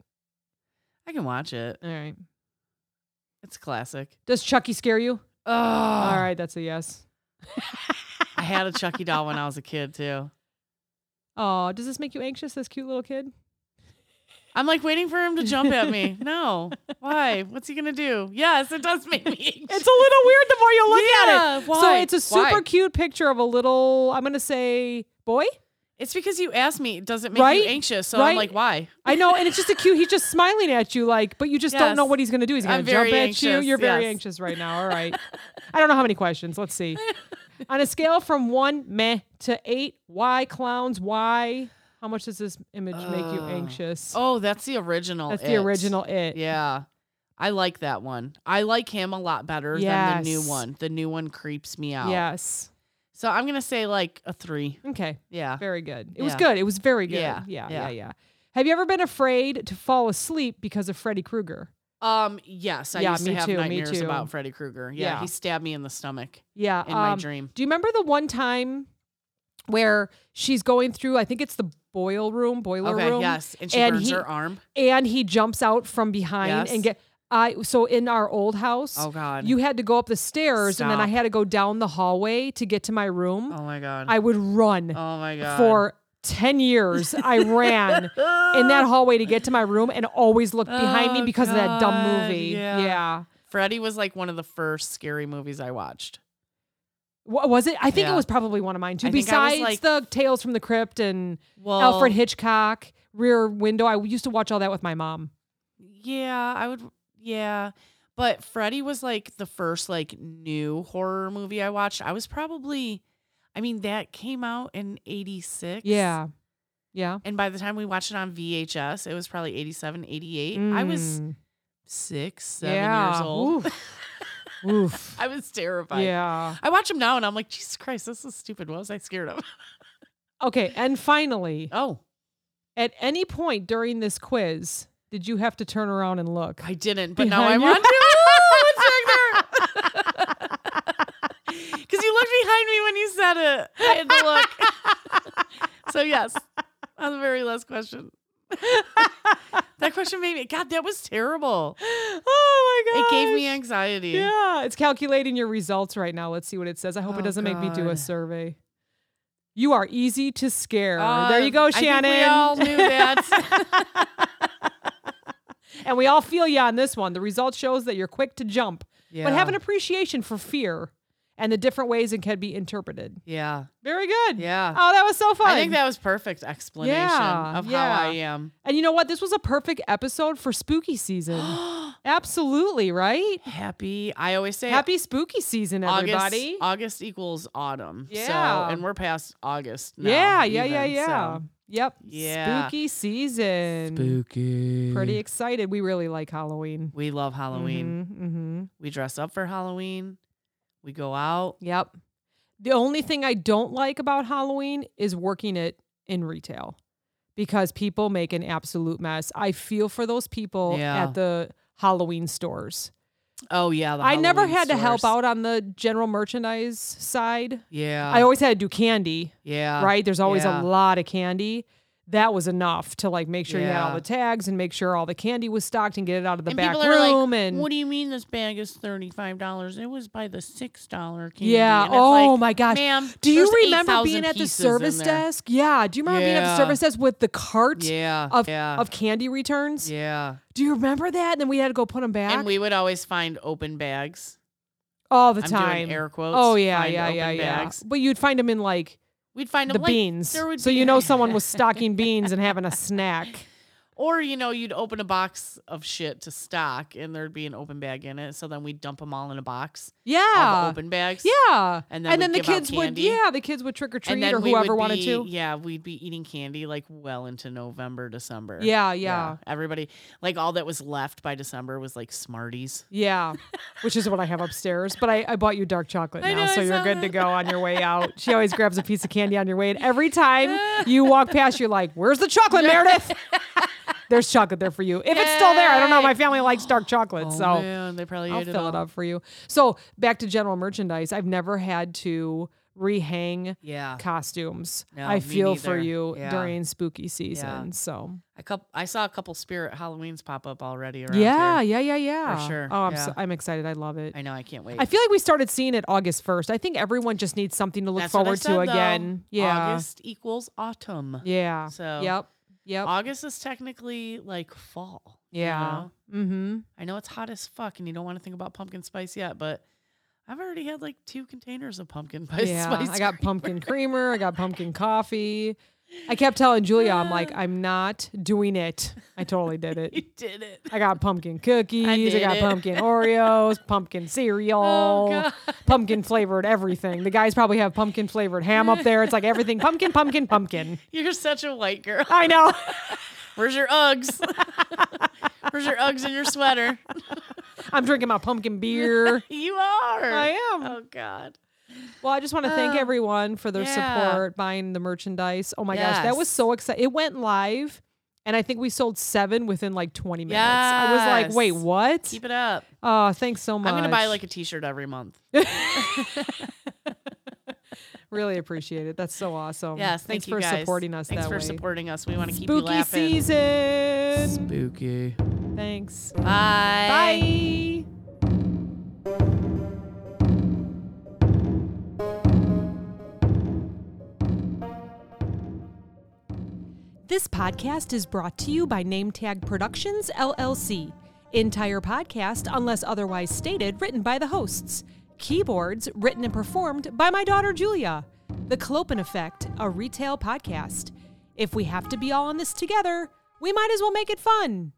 Speaker 2: I can watch it.
Speaker 1: All right.
Speaker 2: It's a classic.
Speaker 1: Does Chucky scare you?
Speaker 2: Oh,
Speaker 1: All right, that's a yes.
Speaker 2: I had a Chucky doll when I was a kid too.
Speaker 1: Oh, does this make you anxious, this cute little kid?
Speaker 2: I'm like waiting for him to jump at me. No. Why? What's he gonna do? Yes, it does make me.
Speaker 1: It's a little weird the more you look at it.
Speaker 2: Why?
Speaker 1: So it's a super
Speaker 2: Why?
Speaker 1: cute picture of a little, I'm going to say, boy.
Speaker 2: It's because you asked me. Does it make
Speaker 1: Right?
Speaker 2: you anxious? So
Speaker 1: Right?
Speaker 2: I'm like, why?
Speaker 1: I know, and it's just a cute. He's just smiling at you, like, but you just don't know
Speaker 2: Yes.
Speaker 1: what he's gonna do. He's gonna
Speaker 2: I'm
Speaker 1: jump
Speaker 2: very
Speaker 1: at you.
Speaker 2: anxious,
Speaker 1: You're very
Speaker 2: yes.
Speaker 1: anxious right now. All right. I don't know how many questions. Let's see. On a scale from one meh to eight, why clowns? Why? How much does this image make you
Speaker 2: Uh,
Speaker 1: anxious?
Speaker 2: Oh, that's the original.
Speaker 1: That's
Speaker 2: It.
Speaker 1: the original it.
Speaker 2: Yeah. I like that one. I like him a lot better than the new
Speaker 1: Yes.
Speaker 2: one. The new one creeps me out.
Speaker 1: Yes.
Speaker 2: So I'm gonna say like a three.
Speaker 1: Okay.
Speaker 2: Yeah.
Speaker 1: Very good. It was
Speaker 2: Yeah.
Speaker 1: good. It was very good.
Speaker 2: Yeah.
Speaker 1: Yeah. Yeah.
Speaker 2: Yeah.
Speaker 1: yeah. Have you ever been afraid to fall asleep because of Freddy Krueger?
Speaker 2: Um. Yes. I
Speaker 1: Yeah,
Speaker 2: used
Speaker 1: me
Speaker 2: to have
Speaker 1: too, me
Speaker 2: nightmares
Speaker 1: too.
Speaker 2: about Freddy Krueger. Yeah,
Speaker 1: Yeah.
Speaker 2: He stabbed me in the stomach
Speaker 1: Yeah.
Speaker 2: in my
Speaker 1: um,
Speaker 2: dream.
Speaker 1: Do you remember the one time where she's going through? I think it's the boil room, boiler
Speaker 2: Okay.
Speaker 1: room,
Speaker 2: Yes. And she
Speaker 1: and
Speaker 2: burns
Speaker 1: he-
Speaker 2: her arm.
Speaker 1: and he jumps out from behind
Speaker 2: Yes.
Speaker 1: and get. I so in our old house,
Speaker 2: Oh God.
Speaker 1: you had to go up the stairs and then I
Speaker 2: Stop.
Speaker 1: had to go down the hallway to get to my room.
Speaker 2: Oh my God.
Speaker 1: I would run
Speaker 2: oh my God.
Speaker 1: for ten years. I ran in that hallway to get to my room and always looked behind me
Speaker 2: Oh,
Speaker 1: because of that dumb
Speaker 2: God,
Speaker 1: movie.
Speaker 2: yeah.
Speaker 1: yeah.
Speaker 2: Freddy was like one of the first scary movies I watched.
Speaker 1: What was it? I think it
Speaker 2: Yeah.
Speaker 1: was probably one of mine too.
Speaker 2: I think I was,
Speaker 1: Besides
Speaker 2: like-
Speaker 1: the Tales from the Crypt and
Speaker 2: Well,
Speaker 1: Alfred Hitchcock, Rear Window. I used to watch all that with my mom.
Speaker 2: Yeah, I would. Yeah, but Freddy was like the first like new horror movie I watched. I was probably, I mean, that came out in '86.
Speaker 1: Yeah. Yeah.
Speaker 2: And by the time we watched it on VHS, it was probably 87, 88. I was
Speaker 1: Mm.
Speaker 2: six, seven years
Speaker 1: Yeah.
Speaker 2: old.
Speaker 1: Oof. Oof.
Speaker 2: I was terrified.
Speaker 1: yeah.
Speaker 2: I watch them now and I'm like, Jesus Christ, this is stupid. What was I scared of?
Speaker 1: Okay. And finally,
Speaker 2: Oh,
Speaker 1: at any point during this quiz, did you have to turn around and look?
Speaker 2: I didn't, but now I
Speaker 1: Behind you.
Speaker 2: want Oh, to. Because you looked behind me when you said it. I had to look. so, yes, on the very last question. that question made me, God, that was terrible.
Speaker 1: oh my
Speaker 2: It
Speaker 1: god.
Speaker 2: gave me anxiety.
Speaker 1: Yeah, it's calculating your results right now. Let's see what it says. I hope
Speaker 2: Oh,
Speaker 1: it doesn't make me do a
Speaker 2: God.
Speaker 1: survey. You are easy to scare.
Speaker 2: Uh,
Speaker 1: Oh, there you go,
Speaker 2: I think
Speaker 1: Shannon.
Speaker 2: we all knew that.
Speaker 1: and we all feel you on this one. The result shows that you're quick to jump,
Speaker 2: yeah.
Speaker 1: but have an appreciation for fear and the different ways it can be interpreted.
Speaker 2: yeah.
Speaker 1: Very good.
Speaker 2: Yeah.
Speaker 1: Oh, that was so fun.
Speaker 2: I think that was perfect explanation
Speaker 1: Yeah,
Speaker 2: of
Speaker 1: yeah.
Speaker 2: how I am.
Speaker 1: and you know what? This was a perfect episode for spooky season. Absolutely, right?
Speaker 2: Happy. I always say
Speaker 1: Happy spooky season, everybody.
Speaker 2: August, August equals autumn.
Speaker 1: Yeah.
Speaker 2: So, and we're past August now.
Speaker 1: yeah, yeah, yeah,
Speaker 2: even,
Speaker 1: yeah.
Speaker 2: so.
Speaker 1: Yep.
Speaker 2: Yeah.
Speaker 1: Spooky season.
Speaker 2: Spooky.
Speaker 1: Pretty excited. We really like Halloween.
Speaker 2: We love Mm. Halloween.
Speaker 1: hmm
Speaker 2: We dress up for Halloween. We go out.
Speaker 1: Yep. The only thing I don't like about Halloween is working it in retail because people make an absolute mess. I feel for those people
Speaker 2: Yeah.
Speaker 1: at the Halloween stores.
Speaker 2: Oh yeah. the
Speaker 1: I never
Speaker 2: Halloween
Speaker 1: had to help
Speaker 2: stores.
Speaker 1: out on the general merchandise side.
Speaker 2: Yeah.
Speaker 1: I always had to do candy,
Speaker 2: yeah.
Speaker 1: right? There's always
Speaker 2: Uh.
Speaker 1: a
Speaker 2: yeah.
Speaker 1: lot of candy. That was enough to like make sure you had all
Speaker 2: Yeah.
Speaker 1: the tags and make sure all the candy was stocked and get it out of the
Speaker 2: and
Speaker 1: back
Speaker 2: people are
Speaker 1: room
Speaker 2: like,
Speaker 1: and
Speaker 2: "What do you mean this bag is thirty five dollars? It was by the six dollar candy."
Speaker 1: yeah.
Speaker 2: And it's
Speaker 1: Oh
Speaker 2: like,
Speaker 1: my gosh.
Speaker 2: ma'am.
Speaker 1: Do you
Speaker 2: there's
Speaker 1: remember
Speaker 2: 8,000
Speaker 1: being at the
Speaker 2: pieces in
Speaker 1: service
Speaker 2: there."
Speaker 1: desk? Yeah. Do you remember being at the
Speaker 2: Yeah.
Speaker 1: service desk with the cart
Speaker 2: Yeah.
Speaker 1: of
Speaker 2: yeah.
Speaker 1: of candy returns?
Speaker 2: yeah.
Speaker 1: Do you remember that? And then we had to go put them back
Speaker 2: And we would always find open bags.
Speaker 1: all the
Speaker 2: I'm
Speaker 1: time.
Speaker 2: doing air quotes.
Speaker 1: oh yeah,
Speaker 2: find
Speaker 1: yeah,
Speaker 2: open
Speaker 1: yeah, yeah.
Speaker 2: bags.
Speaker 1: But you'd find them in like
Speaker 2: We'd find
Speaker 1: the
Speaker 2: them like,
Speaker 1: beans,
Speaker 2: there would
Speaker 1: so
Speaker 2: be-
Speaker 1: you know someone was stocking beans and having a snack.
Speaker 2: Or, you know, you'd open a box of shit to stock and there'd be an open bag in it. So then we'd dump them all in a box. All the
Speaker 1: Yeah.
Speaker 2: open bags.
Speaker 1: Yeah.
Speaker 2: And then
Speaker 1: the
Speaker 2: we'd give out
Speaker 1: kids would
Speaker 2: candy.
Speaker 1: yeah, the kids would trick or
Speaker 2: And
Speaker 1: treat
Speaker 2: then
Speaker 1: or
Speaker 2: we would
Speaker 1: whoever wanted
Speaker 2: be-
Speaker 1: to.
Speaker 2: Yeah, we'd be eating candy like well into November, December.
Speaker 1: Yeah, yeah.
Speaker 2: Everybody, like all that was left by December was like Smarties.
Speaker 1: Yeah, which is what I have upstairs. But I, I bought you dark chocolate
Speaker 2: I
Speaker 1: now,
Speaker 2: know,
Speaker 1: so
Speaker 2: I
Speaker 1: you're
Speaker 2: saw
Speaker 1: good to
Speaker 2: that.
Speaker 1: go on your way out. She always grabs a piece of candy on your way, and every time you walk past, you're like, "Where's the chocolate, Meredith?" There's chocolate there for you. If it's still there, I don't know. My family likes dark chocolate, so
Speaker 2: Oh, man, they probably
Speaker 1: I'll
Speaker 2: ate it
Speaker 1: fill it,
Speaker 2: all.
Speaker 1: up for you. So back to general merchandise. I've never had to rehang
Speaker 2: Yeah.
Speaker 1: costumes.
Speaker 2: No,
Speaker 1: I
Speaker 2: me
Speaker 1: feel for
Speaker 2: neither.
Speaker 1: you
Speaker 2: Yeah.
Speaker 1: during spooky season. So
Speaker 2: A couple, I saw a couple spirit Halloweens pop up already around
Speaker 1: yeah,
Speaker 2: here.
Speaker 1: yeah, yeah, yeah.
Speaker 2: sure,
Speaker 1: Oh, I'm
Speaker 2: yeah.
Speaker 1: so, I'm excited. I love it.
Speaker 2: I know, I can't wait.
Speaker 1: I feel like we started seeing it August 1st. I think everyone just needs something to look
Speaker 2: That's what I
Speaker 1: forward
Speaker 2: said,
Speaker 1: to
Speaker 2: though.
Speaker 1: again. Yeah.
Speaker 2: August equals autumn.
Speaker 1: Yeah.
Speaker 2: So-
Speaker 1: yep. Yep.
Speaker 2: August is technically like fall. you
Speaker 1: Oh. yeah.
Speaker 2: know?
Speaker 1: Mm-hmm.
Speaker 2: I know it's hot as fuck and you don't want to think about pumpkin spice yet, but I've already had like two containers of pumpkin spice.
Speaker 1: Yeah. I got
Speaker 2: cream.
Speaker 1: pumpkin creamer. I got pumpkin coffee. I kept telling Julia, I'm like, I'm not doing it. I totally did
Speaker 2: You
Speaker 1: it.
Speaker 2: did it.
Speaker 1: I got pumpkin cookies. I,
Speaker 2: did
Speaker 1: got
Speaker 2: it. Oh,
Speaker 1: pumpkin Oreos, pumpkin cereal,
Speaker 2: God.
Speaker 1: pumpkin flavored everything. The guys probably have pumpkin flavored ham up there. It's like everything pumpkin, pumpkin, pumpkin.
Speaker 2: You're such a white girl.
Speaker 1: I know.
Speaker 2: Where's your Uggs? Where's your Uggs and your sweater?
Speaker 1: I'm drinking my pumpkin beer.
Speaker 2: You are.
Speaker 1: I am.
Speaker 2: Oh God.
Speaker 1: Well, I just want to thank
Speaker 2: Oh,
Speaker 1: everyone for their
Speaker 2: yeah.
Speaker 1: support buying the merchandise. Oh my gosh, that was
Speaker 2: Yes.
Speaker 1: so exciting. It went live and I think we sold 7 within like 20 minutes. I was like, "Wait,
Speaker 2: Yes.
Speaker 1: what?"
Speaker 2: Keep it up.
Speaker 1: Oh, thanks so much.
Speaker 2: I'm gonna buy like a T-shirt every month.
Speaker 1: Really appreciate it. That's so awesome.
Speaker 2: Yes.
Speaker 1: thanks
Speaker 2: Thank you
Speaker 1: for
Speaker 2: guys.
Speaker 1: supporting us
Speaker 2: Thanks
Speaker 1: that
Speaker 2: for
Speaker 1: way.
Speaker 2: supporting us. We want to keep you
Speaker 1: Spooky
Speaker 2: laughing.
Speaker 1: season.
Speaker 2: Spooky.
Speaker 1: thanks. Bye.
Speaker 2: Bye.
Speaker 1: This podcast is brought to you by NameTag Productions, LLC. Entire podcast, unless otherwise stated, written by the hosts. Keyboards, written and performed by my daughter Julia. The Clopen Effect, a retail podcast. If we have to be all in this together, we might as well make it fun.